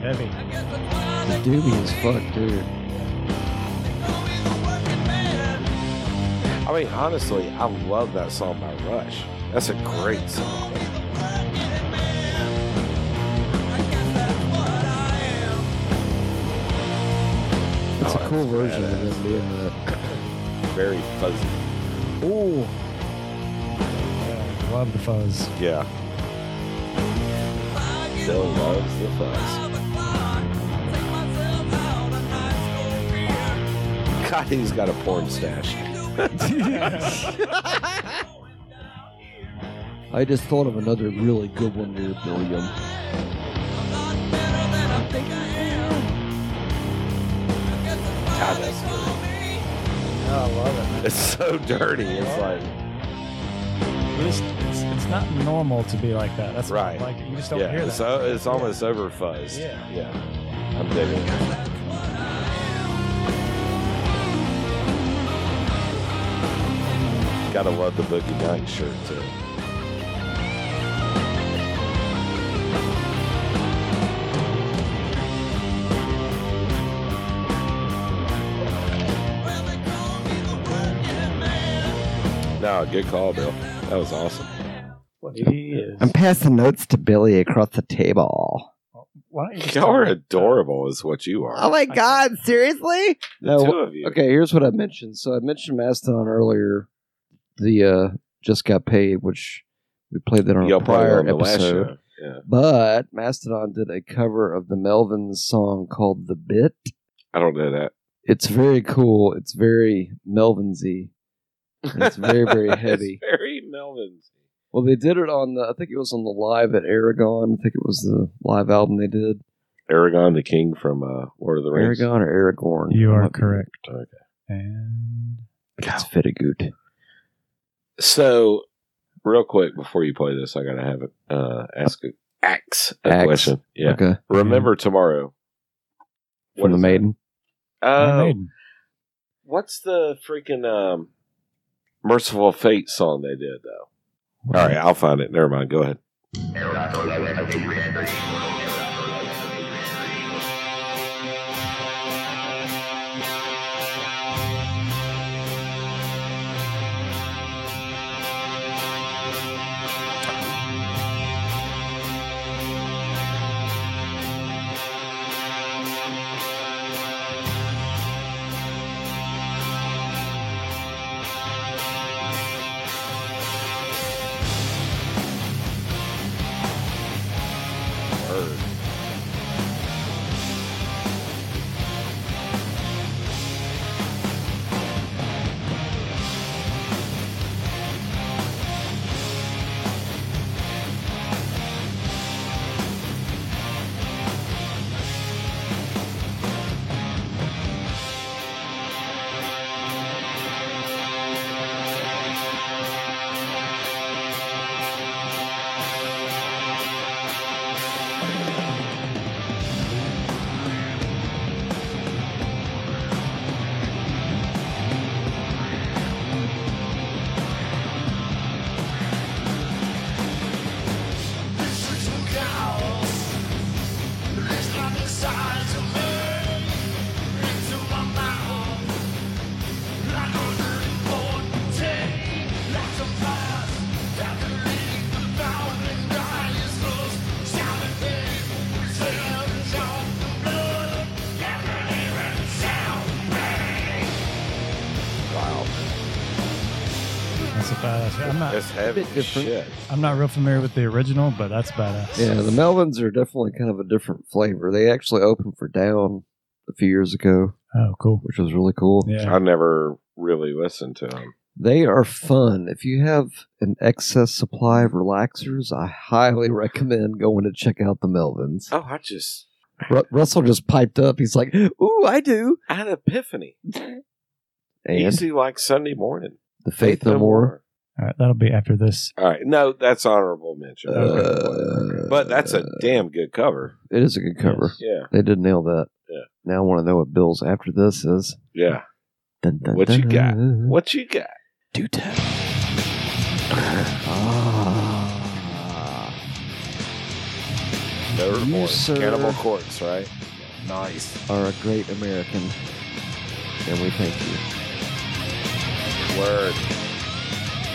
Heavy.
I guess that's why
It's
they
doomy
call
as
me-
fuck, dude.
they call me the working man.
I mean, honestly, I love that song by Rush. That's a great song.
Call me the working man. I guess that's what I am.
It's
Oh,
a cool
that's
version of
badass.
them doing that.
Very fuzzy.
Ooh. Yeah, love the fuzz.
Yeah. Bill loves the fuzz. God, he's got a porn stash.
I just thought of another really good one there, Billiam.
God, that's good. It's so dirty. It's like,
It's, it's, it's not normal to be like that. That's
Right.
Like you just don't
yeah,
hear
it's,
that.
o- it's almost over fuzzed.
Yeah.
Yeah. I'm digging it. Gotta love the Boogie Night shirt, too. No, good call, Bill. That was awesome.
He is.
passing notes to Billy across the table.
Why don't you just
Y'all are
tell me?
adorable, is what you are.
Oh my God! Seriously?
the
No.
two of you.
Okay, here's Uh, what I mentioned. So I mentioned Mastodon earlier. The uh, just got paid, which we played that on
Y'all
a
probably
prior
on the
episode.
last show. Yeah.
But Mastodon did a cover of the Melvins song called "The Bit."
I don't know that.
It's very cool. It's very Melvinsy. And It's very very heavy.
It's very Melvin's.
Well, they did it on the. I think it was on the live at Aragon. I think it was the live album they did.
Aragon the King from uh, Lord of the Rings.
Aragon or Aragorn.
You are
Might be-
correct.
Okay.
And
It's Fettigood.
So, real quick before you play this, I gotta have it uh, ask a, axe a
Axe.
question. Yeah.
Okay.
Remember tomorrow. What
From the
is
Maiden.
that? Oh,
Iron
what's the freaking um, Merciful Fate song they did though? All right, I'll find it. Never mind. Go ahead. Bird.
That's a badass. I'm not.
That's heavy
bit
as
different.
shit.
I'm not real familiar with the original, but that's badass.
Yeah, the Melvins are definitely kind of a different flavor. They actually opened for Down a few years ago,
Oh, cool.
which was really cool.
Yeah.
I never really listened to them.
They are fun. If you have an excess supply of relaxers, I highly recommend going to check out the Melvins.
Oh, I just
Ru- Russell just piped up. He's like, "Ooh, I do."
I had an epiphany.
And
Easy like Sunday morning.
the Faith No More.
All right, that'll be after this.
All right, no, that's honorable mention.
Uh,
but that's a damn good cover.
It is a good cover.
Yeah,
They did nail that.
Yeah.
Now I want to know what Bill's after this is.
yeah.
Dun, dun,
What you got?
dun.
What you got?
Do tell. Ah.
Never
You,
more.
sir.
Cannibal Corpse, right?
Nice. Are a great American, and we thank you.
Word.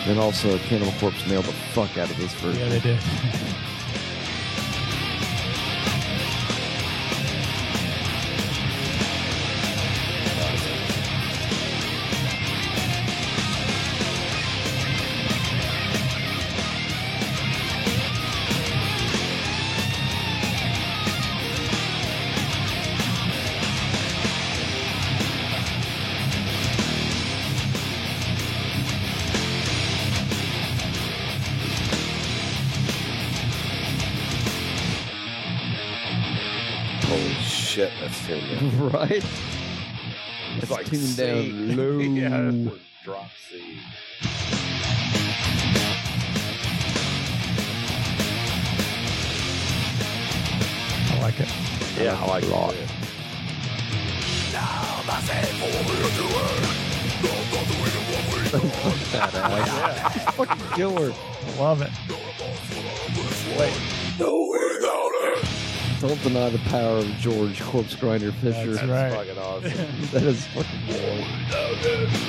And also, Cannibal Corpse nailed the fuck out of this version.
Yeah, they did.
Holy shit, that's tuned down.
right?
It's
That's
like
Mm-hmm. tuned
C.
down low.
yeah, it's like drop C.
I like it.
Yeah, I like a lot.
Fucking killer.
I love it.
Don't deny the power of George Corpse Grinder Fisher.
That's right.
Fucking awesome.
That is fucking wild.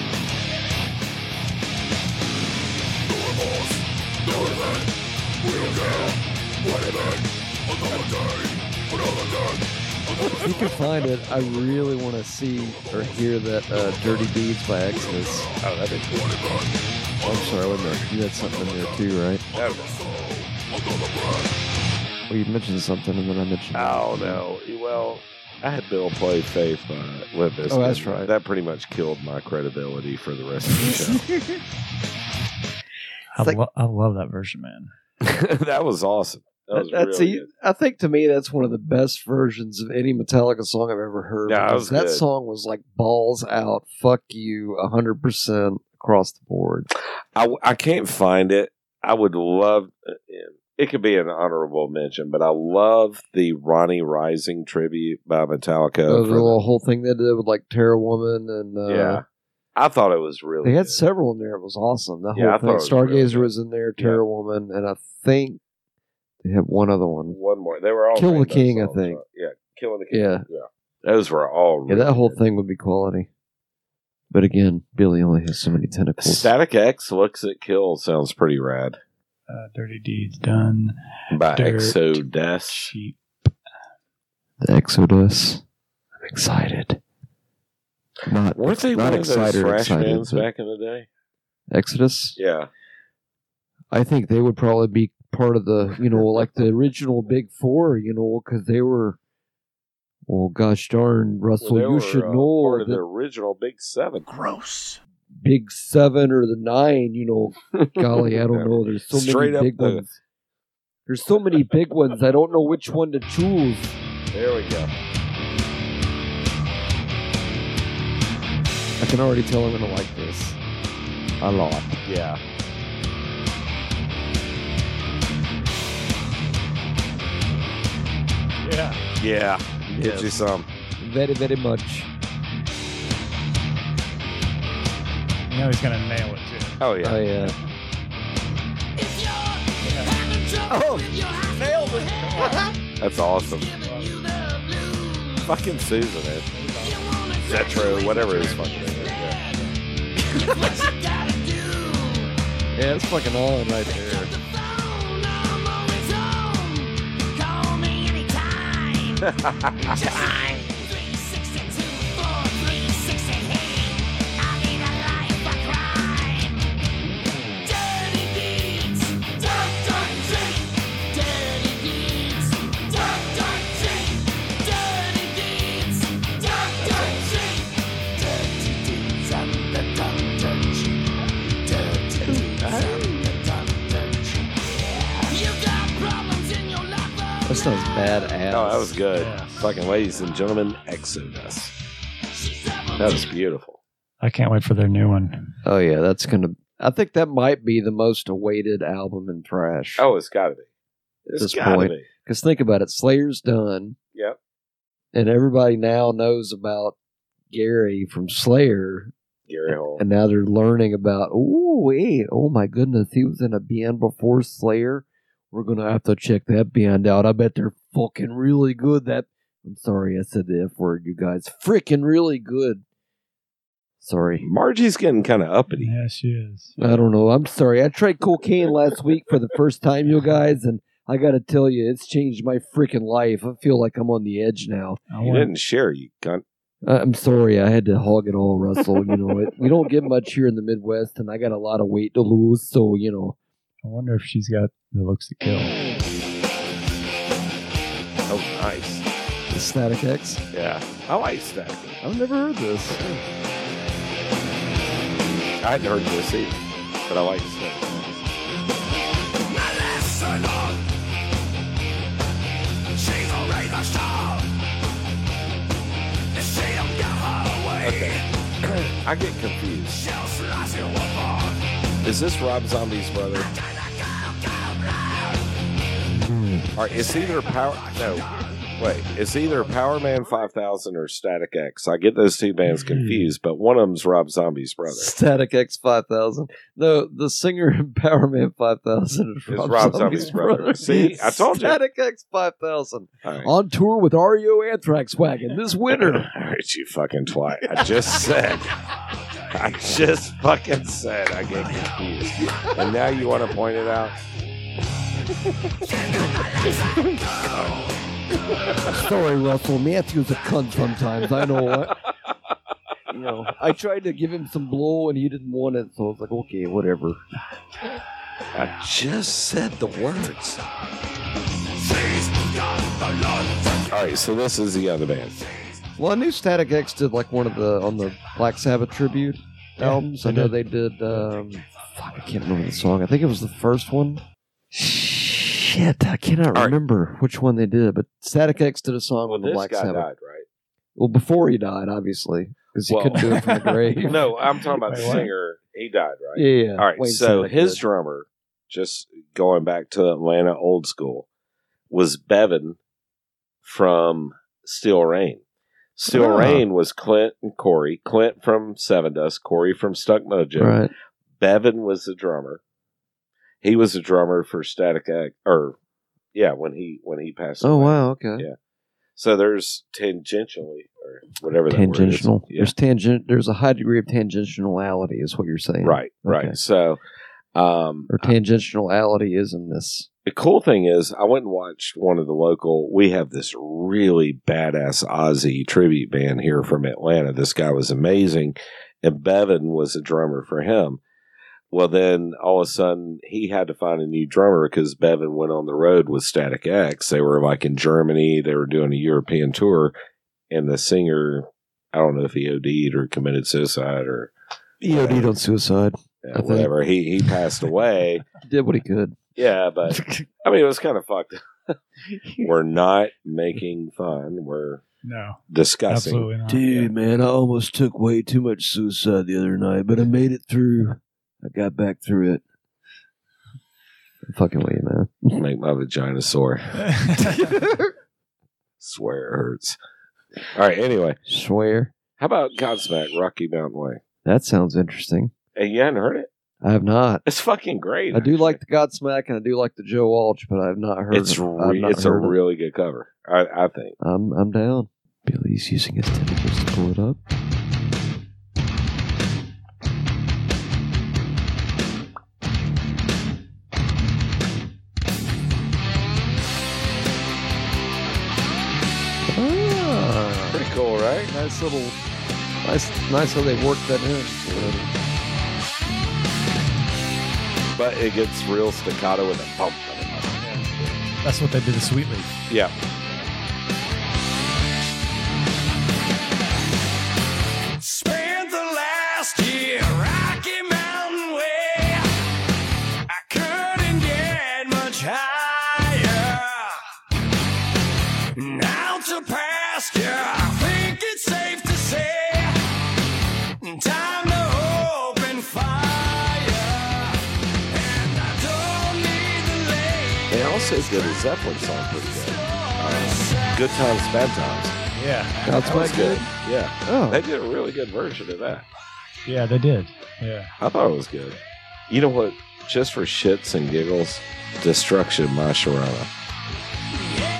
If you can find it, I really want to see or hear that uh, "Dirty Deeds" by Exodus.
Oh, that'd be cool.
I'm sorry, wait a minute. You had something in there too, right?
That was-
Well, you mentioned something, and then I mentioned.
Oh no. Well, I had Bill play Faith by Limp Bizkit.
Oh, that's right.
That pretty much killed my credibility for the rest of the show.
I,
like-
lo- I love that version, man.
that was awesome. That was
that's
really
e-
good.
I think to me that's one of the best versions of any Metallica song I've ever heard.
Yeah, that
because
was
that
good.
song was like balls out, fuck you, hundred percent across the board.
I, w- I can't find it. I would love uh, it could be an honorable mention, but I love the Ronnie Rising tribute by Metallica.
Uh, the
for the-
little whole thing they did with like Terror Woman and uh,
yeah, I thought it was really.
they had
good.
several in there. It was awesome. The whole
Yeah, I
thing.
thought it was really
Stargazer
good.
was in there, Terror Woman, and I think they had one other one.
one more. They were all
Kill the
Rainbow
King, I
songs,
think.
right? Yeah, killing the king.
Yeah.
Those were all.
Yeah,
Really
that whole
good.
thing would be quality. But again, Billy only has so many tentacles.
Static X looks at kill sounds pretty rad
Uh, Dirty Deeds done.
by
Dirt
Exodus.
Sheep.
the Exodus. I'm excited. Not
Weren't they
not
one of
excited,
those thrash
excited,
bands
but-
back in the day?
Exodus.
Yeah,
I think they would probably be part of the you know like the original Big Four, you know, because they were. Well, gosh darn, Russell,
Well, they
you
were,
should
uh,
know
part of the
the
original Big Seven.
Gross.
Big Seven or the Nine. You know, golly, I don't know. There's so
Straight up
many big
the-
ones. There's so many big ones. I don't know which one to choose.
There we go.
I can already tell I'm gonna like this a lot.
Yeah.
Yeah.
Yeah. um, Get you some.
Very, very much.
You know he's going to nail it, too.
Oh yeah.
Oh yeah. Uh,
That's awesome. Fucking Susan, man. Zetro, whatever his fucking name is. Yeah.
Yeah, it's fucking on right there. That sounds badass.
Oh, that was good.
Yeah.
Fucking ladies and gentlemen, Exodus. That was beautiful.
I can't wait for their new one.
Oh yeah, that's gonna. I think that might be the most awaited album in thrash.
Oh, it's got to be. It's
This
got to
point.
be.
because think about it, Slayer's done.
Yep.
and everybody now knows about Gary from Slayer,
Gary Hole.
and now they're learning about. Oh wait, oh my goodness, he was in a band before Slayer. We're gonna have to check that band out. I bet they're fucking really good. That I'm sorry, I said the f word. You guys, freaking really good. Sorry.
Margie's getting kind of uppity.
Yeah, she is.
I don't know. I'm sorry. I tried cocaine last week for the first time, you guys, and I gotta tell you, it's changed my freaking life. I feel like I'm on the edge now.
I
You
want-
didn't share, you cunt.
I- I'm sorry, I had to hog it all, Russell. You know, it, we don't get much here in the Midwest, and I got a lot of weight to lose, so you know.
I wonder if she's got the looks to kill.
Oh, nice.
Static X.
Yeah. I like Static.
I've never heard this.
I hadn't heard this either, but I like Static. Okay. I get confused. Is this Rob Zombie's brother? Hmm. All right, it's either Power. No, wait, it's either Power Man 5000 or Static X. I get those two bands confused, but one of them's Rob Zombie's brother.
Static X Five Thousand. No, the singer in Power Man Five Thousand is
It's
Rob,
Rob
Zombie's,
Zombie's brother.
brother.
See, I told you.
Static X Five Thousand
All right.
on tour with REO Anthrax Wagon this winter.
All right, you fucking twat. I just said. I just fucking said I get confused. And now you want to point it out?
Sorry, Russell. Matthew's a cunt sometimes. I know what. You know, I tried to give him some blow and he didn't want it, so I was like, okay, whatever.
I just said the words. All right, so this is the other band.
Well, I knew Static X did like one of the on the Black Sabbath tribute
Yeah,
albums. I
they
know
did.
they did. Um, fuck, I can't remember the song. I think it was the first one. Shit, I cannot
right.
remember which one they did. But Static X did a song
Well,
on the
this
Black
guy
Sabbath.
died, right?
Well, before he died, obviously, because he
Well-
couldn't do it from the grave.
No, I'm talking about the
Wait, what?
singer. He died, right?
Yeah. yeah.
All right,
Wayne
so
Static
his
did.
drummer, just going back to Atlanta old school, was Bevan from Steel Rain. Steel
Ah.
Rain was Clint and Corey. Clint from Seven Dust, Corey from Stuck Mojo.
right.
Bevan was the drummer. He was the drummer for Static X, or yeah, when he when he passed.
Oh
away.
wow. Okay.
Yeah. So there's tangentially or whatever that word is.
Tangential.
Yeah.
There's tangent. There's a high degree of tangentiality, is what you're saying.
Right, right.
Okay.
So, um,
Or tangentiality ismness.
the cool thing is, I went and watched one of the local. We have this really badass Aussie tribute band here from Atlanta. This guy was amazing, and Bevan was a drummer for him. Well, then all of a sudden he had to find a new drummer because Bevan went on the road with Static X. They were like in Germany. They were doing a European tour, and the singer. I don't know if he OD'd or committed suicide or
EOD on suicide.
uh,
I think-
whatever. He he passed away.
Did what he could.
Yeah, but I mean, it was kind of fucked. up. We're not making fun. We're
No,
discussing.
absolutely not.
Dude, man, I almost took way too much suicide the other night, but I made it through. I got back through it. fucking with you,
Make my vagina sore. Swear it hurts. All right. Anyway,
Swear.
how about Godsmack, Rocky Mountain Way?
That sounds interesting.
And you hadn't heard it?
I have not.
It's fucking great.
I do
actually.
like the Godsmack and I do like the Joe Walsh, but I have not heard.
It's
I've
re-
not
it's a
heard it.
really good cover. I, I think.
I'm I'm down. Billy's using his tentacles to pull it up. Ah,
Pretty cool, right?
nice little, nice nice how they worked that in.
But it gets real staccato with a bump.
That's what they did to Sweet Leaf.
Yeah.
Spent the last year Rocky Mountain way. I couldn't get much higher.
so good. The Zeppelin song pretty good. Uh, good times, bad times.
Yeah.
That's
That
my
was
good.
Yeah,
Oh,
they did a really good version of that.
Yeah, they did. Yeah.
I thought it was good. You know what? Just for shits and giggles, Destruction, my Sharona.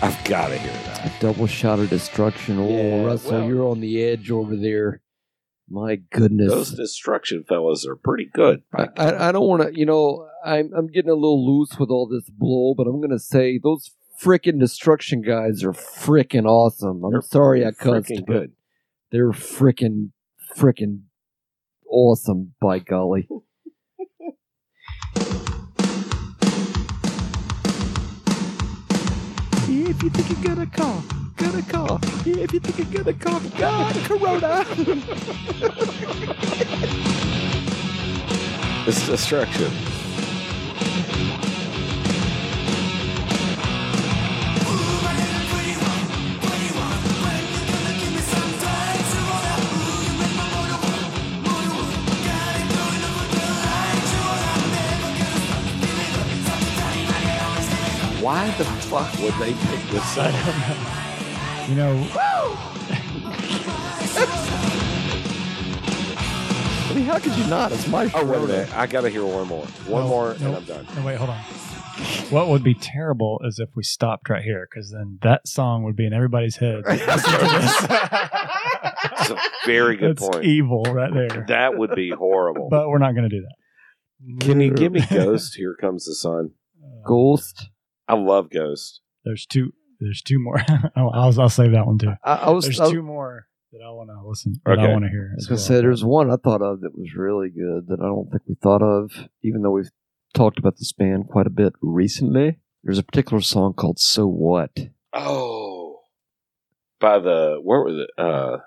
I've got to hear that.
double shot of destruction. Oh,
Yeah,
Russell,
well-
you're on the edge over there. My goodness.
Those Destruction fellas are pretty good.
I, I, I don't want to, you know, I'm, I'm getting a little loose with all this blow, but I'm going to say those freaking destruction guys are freaking awesome. I'm
They're
sorry I cussed,
Freaking
but
good.
they're freaking, freaking awesome, by golly. Yeah, if you think you're gonna cough, gonna cough. Yeah, if you think you're gonna cough, God, Corona.
It's Destruction. Why the fuck would they pick this up?
You know,
I mean, how could you not? It's my
Oh, wait a
Corona.
minute. I got to hear one more. One
No,
more, and
no.
I'm done.
no, wait, hold on. What would be terrible is if we stopped right here, because then that song would be in everybody's head.
That's a very good
That's
point.
evil right there.
That would be horrible.
but we're not going to do that. Uh,
Can you give me Ghost? Here comes the sun.
Ghost.
I love Ghost.
Therell two. There's two more. I'll, I'll, I'll save that one too.
I, I was.
There's
I was-
two more that I want to listen. That
Okay.
I want to hear.
I was
as
gonna
well.
say there's one I thought of that was really good that I don't think we thought of, even though we've talked about this band quite a bit recently. There's a particular song called "So What."
Oh. By the, where was it? Uh,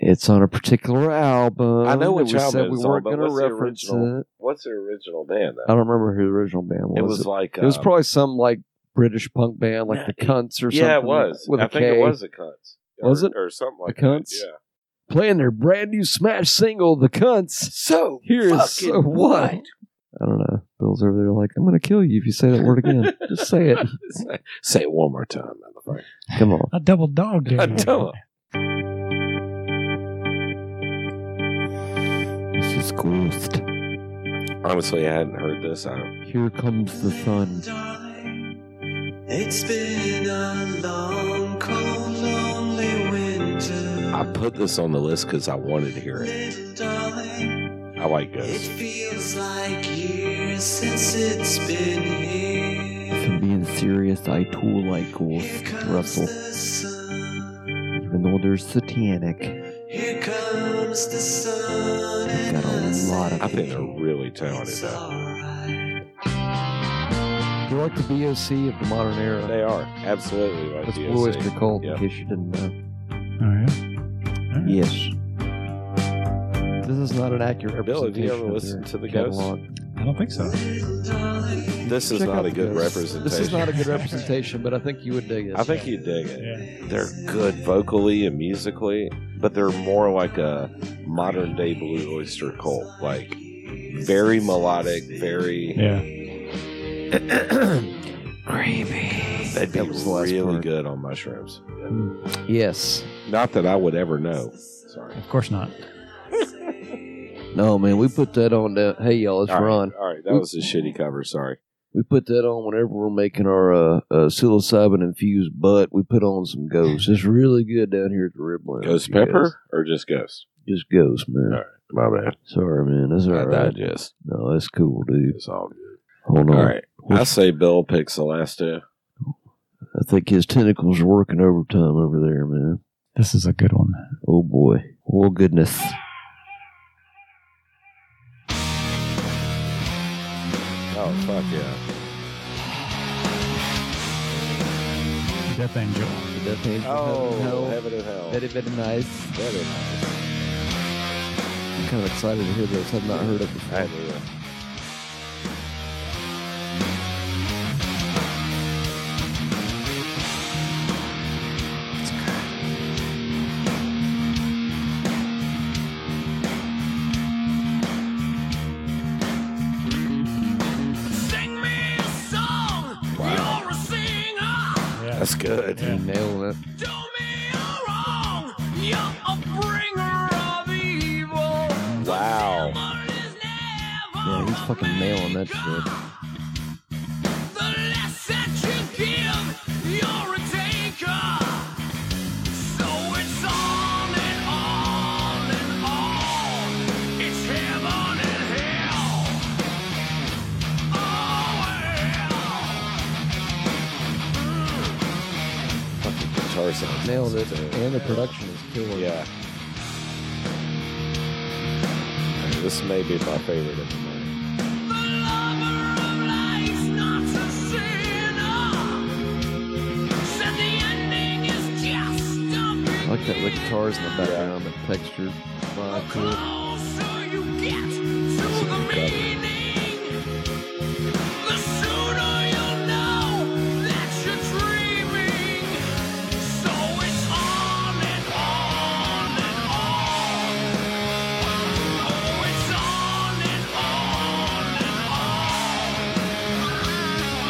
It's on a particular album.
I know
that
which
we
album
said
it
we
was on,
weren't
but
going to
what's the
reference
original?
it.
what's the original band?
I
Though?
don't remember who the original band was.
It was like,
it was
uh,
probably some like British punk band, like the Cunts or something.
yeah, it was.
With
I
a
think
K.
it was the Cunts.
Was
or,
it?
Or something like
The Cunts?
that. Yeah.
playing their brand new smash single, "The Cunts."
So,
Here is so what? I don't know. Bill's over there like, I'm going to kill you if you say that word again. Just say it.
Say it one more time, motherfucker.
Come on.
I double dog Oh, dare
I
you.
don't.
This is Ghost.
Honestly, I hadn't heard this. I don't-
Here comes the sun.
It's been a long, cold, lonely winter.
I put this on the list because I wanted to hear it.
Little darling,
I like
it
Ghost.
feels like years since it's been
If
here.
I'm being serious, I too like
Here
Ghost,
comes
Russell.
the sun.
Even though they're satanic,
Here comes the sun.
they've
and
got a
I
lot of
I think they're
potential.
really talented,
It's
though.
alright.
They're like the BOC of the modern era.
They are absolutely like
That's
DOC.
Blue Oyster Cult,
Yeah.
in case you didn't know.
All right. All right.
Yes. This is not an accurate
Bill,
representation
have you ever
of
listened
their
to the Ghost?
catalog.
I don't think so.
Little darling,
This is
Check out
not a
the
good
Ghost.
representation.
This is not a good representation, but I think you would dig it.
I think you dig it.
Yeah.
They're good vocally and musically, but they're more like a modern day Blue Oyster Cult, like very melodic, very
Yeah.
they'd be
That was the last
really
part.
good on mushrooms.
Mm,
Yes.
Not that I would ever know. Sorry.
Of course not.
No, man, we put that on. The, hey, y'all, it's
all right,
Ron.
All right, that was a shitty cover. Sorry.
We put that on whenever we're making our uh, uh, psilocybin infused butt. We put on some ghosts. It's really good down here at the Ribland.
Ghost
You guys-
pepper or just ghost?
Just ghost, man.
All right. My bad.
Sorry, man. That's all
I
right.
digest.
No, that's cool, dude.
It's all good.
Hold on.
All right. I say Bill picks the last two.
I think his tentacles are working overtime over there, man.
This is a good one.
Oh boy. Oh goodness.
Oh fuck yeah.
Death Angel.
Death Angel
Oh, heaven and hell.
That'd have been nice.
That is nice.
I'm kind of excited to hear this. I've not heard it before.
I knew it.
sing me a song. You're a singer.
That's good.
You nailed it.
Do me no wrong, you're a bringer of evil.
Wow.
Someone is never
Yeah, he's fucking nailing that shit.
The less that you give, you're a taker. So it's on and on and on. It's heaven and hell. Oh,
Fucking guitar sound.
Nailed it. And the production is killer.
Yeah. This may be my favorite of the night.
well. The lover of life's not a sinner. Said the ending is just a
I like that the guitars in the
beginning.
background, that texture vibe to it.
closer you get to the meaning, the sooner you'll know that you're dreaming. So it's on and on and on. Oh, it's on and on and on.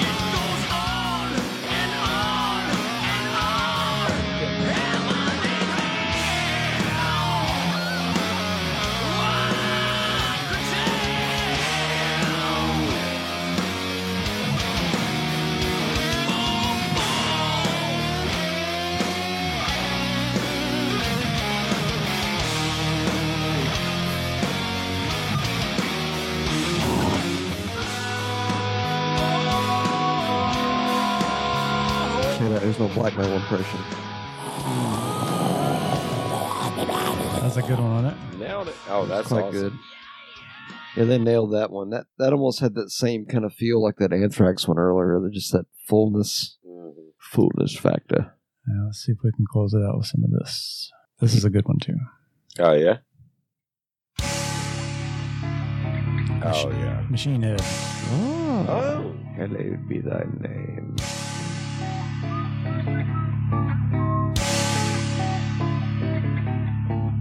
It goes on and on and on. Heaven and hell.
Say that, There's no black metal impression.
That's a good one, isn't it?
Nailed it. Oh, that's
quite
awesome.
good. Yeah, they nailed that one. That that almost had that same kind of feel like that Anthrax one earlier. They're Just that fullness,
Mhm.
fullness factor.
Now, let's see if we can close it out with some of this. This is a good one too.
Oh, yeah? Oh,
Machine-
yeah.
Machine Head.
Oh,
Oh.
hallowed be thy name.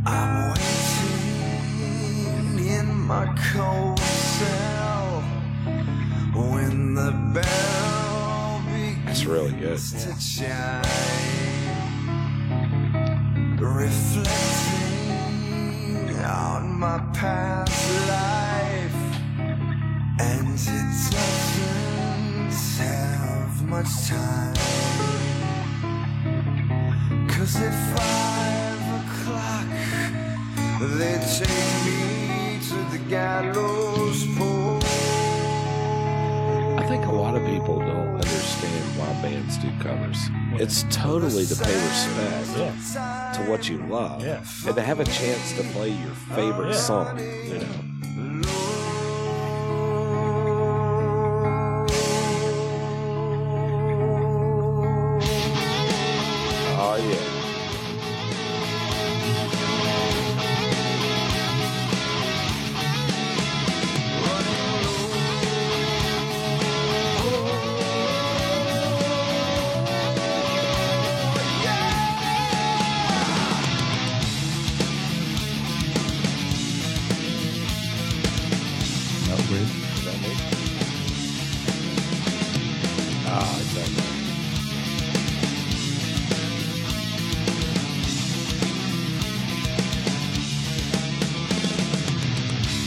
I'm waiting in my cold cell when the bell
That's really good.
begins to chime, reflecting on my past life, and it doesn't have much time. Cause at five o'clock they take me to the gallows pole.
I think a lot of people don't understand why bands do covers. It's totally to pay respect to what you love
Yeah.
and to have a chance to play your favorite
Yeah.
song. You know, oh yeah,
That was weird.
Is that me? Ah, exactly.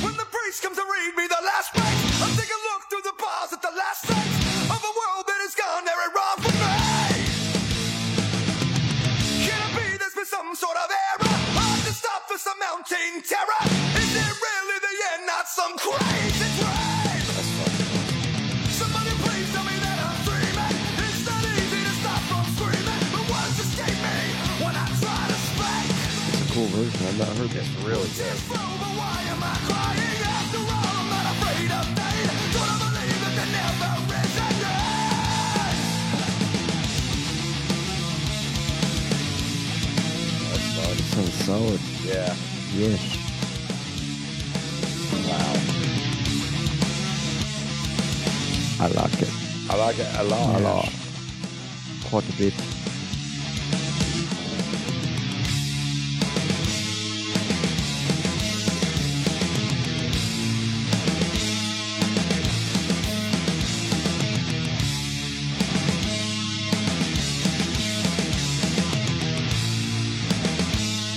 When the priest comes to read me the last rites, I'm taking a look through the bars at the last sights of a world that has gone very wrong for me. Can it be there's been some sort of error? Hard to stop for some mounting terror. Is it really the end, not some crazy dream? Somebody please tell me that I'm dreaming. It's not easy to stop from screaming, but words escape me when I try to speak.
It's a cool version. I've not heard that.
It's really good.
It's true, but why am I crying? After all, I'm not afraid of pain. Don't I believe that there never is an end?
It
That's fun.
sounds solid.
Yeah.
Yes.
Wow.
I like it.
I like it a
I
lot. A
like
lot.
quite a bit.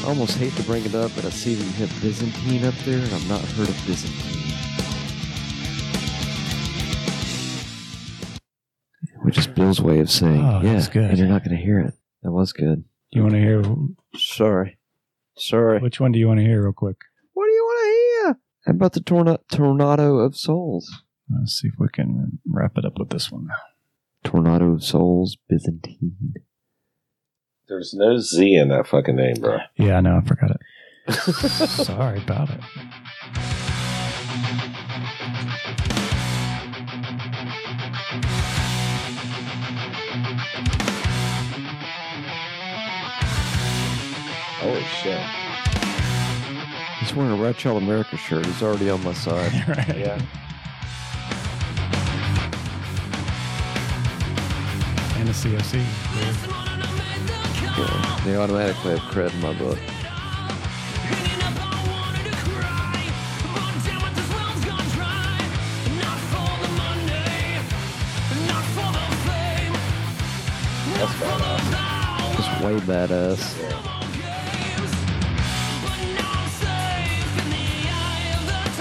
almost hate to bring it up, but I see that you have Byzantine up there, and I've not heard of Byzantine. Which is Bill's way of saying,
Oh,
yeah,
that's good.
and you're not going to hear it. That was good.
You want to hear
Sorry. Sorry.
which one do you want to hear real quick?
What do you want to hear? How about the torna- Tornado of Souls?
Let's see if we can wrap it up with this one.
Tornado of Souls, Byzantine.
There's no Z in that fucking name, bro.
Yeah, I know. I forgot it. Sorry about it.
Holy shit.
He's wearing a Retro America shirt. He's already on my side.
right.
Yeah.
And the CFC.
Yeah, they automatically have cred in my book.
That's badass.
It's way badass.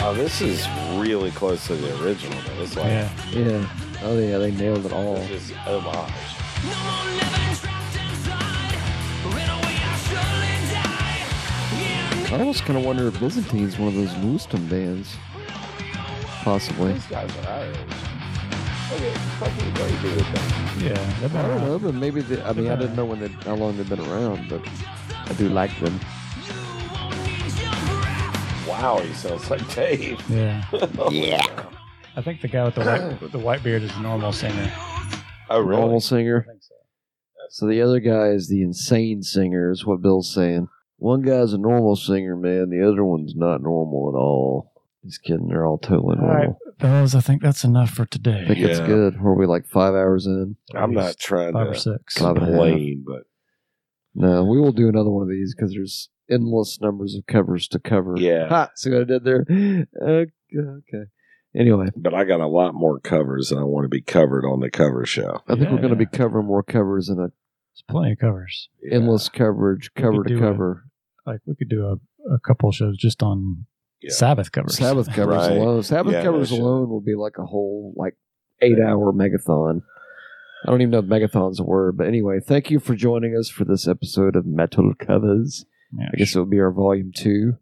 Oh, this is really close to the original. Though. It's like
Yeah.
Yeah. Oh yeah, they nailed it all.
it's just oh homage.
I almost kind of wonder if Byzantine's one of those Wisdom bands. Possibly.
These guys are our age. Okay, fucking great dude.
Yeah. they've been
I don't
around.
know, but maybe they, I mean I didn't know when they how long they've been around, but I do like them.
Wow, he sounds like Dave.
Yeah. I think the guy with the white, with the white beard is the normal singer.
Oh, really?
Normal singer.
think so.
So the other guy is the insane singer, is what Bill's saying. One guy's a normal singer, man. The other one's not normal at all. He's kidding. They're all totally
All right,
normal.
fellas, I think that's enough for today.
I think it's
Yeah.
good. Were we like five hours in?
I'm not trying
five or
to
six.
Five and a half.
complain, but
No, we will do another one of these because there's endless numbers of covers to cover.
Yeah.
Ha, see what I did there? Okay. okay. Anyway,
but I got a lot more covers, and I want to be covered on the cover show.
I think
Yeah,
we're going to
yeah.
be covering more covers in a
There's plenty of covers.
Yeah.
endless coverage,
We
cover
could
to
do
cover.
Like we could do a, a couple shows just on
Yeah.
Sabbath covers.
Sabbath covers
Right.
alone. Sabbath
Yeah,
covers
no shit.
alone will be like a whole like eight hour megathon. I don't even know if megathon's a word, but anyway, thank you for joining us for this episode of Metal Covers.
Yeah,
I guess it will be our volume two.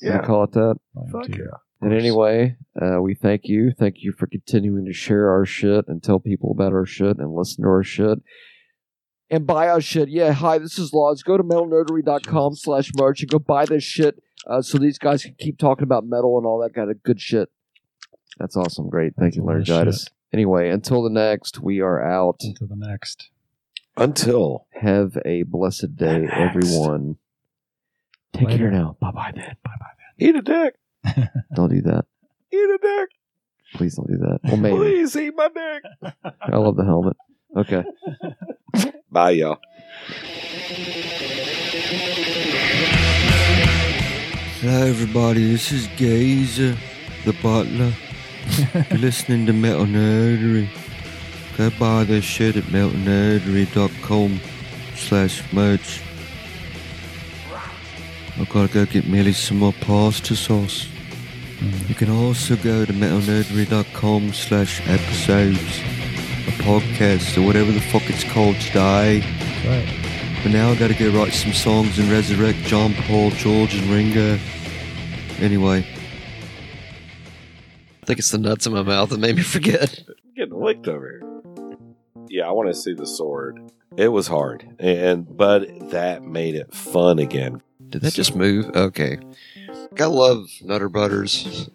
Yeah.
Yeah. Call it that.
Volume
Fuck
two.
And
course.
anyway, uh, we thank you. Thank you for continuing to share our shit and tell people about our shit and listen to our shit and buy our shit. Yeah, hi, this is Lodge. Go to metalnerdery.com slash merch and go buy this shit uh, so these guys can keep talking about metal and all that kind of good shit. That's awesome. Great. Thank you,
All that
Laryngitis.
shit.
Anyway, until the next, we are out.
To the next.
Until
Have a blessed day,
Next.
everyone. Take
Later.
care now. Bye bye, man. Bye bye.
eat a dick,
Don't do that.
eat a dick.
Please don't do that. Well, maybe.
Please eat my dick.
I love the helmet. Okay.
Bye, y'all.
Hello, everybody. This is Gazer, the butler. You're listening to Metal Nerdery. Go buy their shit at metalnerdery.com slash merch. I've got to go get Millie some more pasta sauce.
Mm.
You can also go to metalnerdery.com slash episodes, a podcast, or whatever the fuck it's called today.
Right.
But now I gotta go write some songs and resurrect John Paul, George, and Ringo. Anyway.
I think it's the nuts in my mouth that made me forget.
I'm getting licked over here. Yeah, I want to see the sword. It was hard, and but that made it fun again.
Did that just move? Okay. Gotta love Nutter Butters.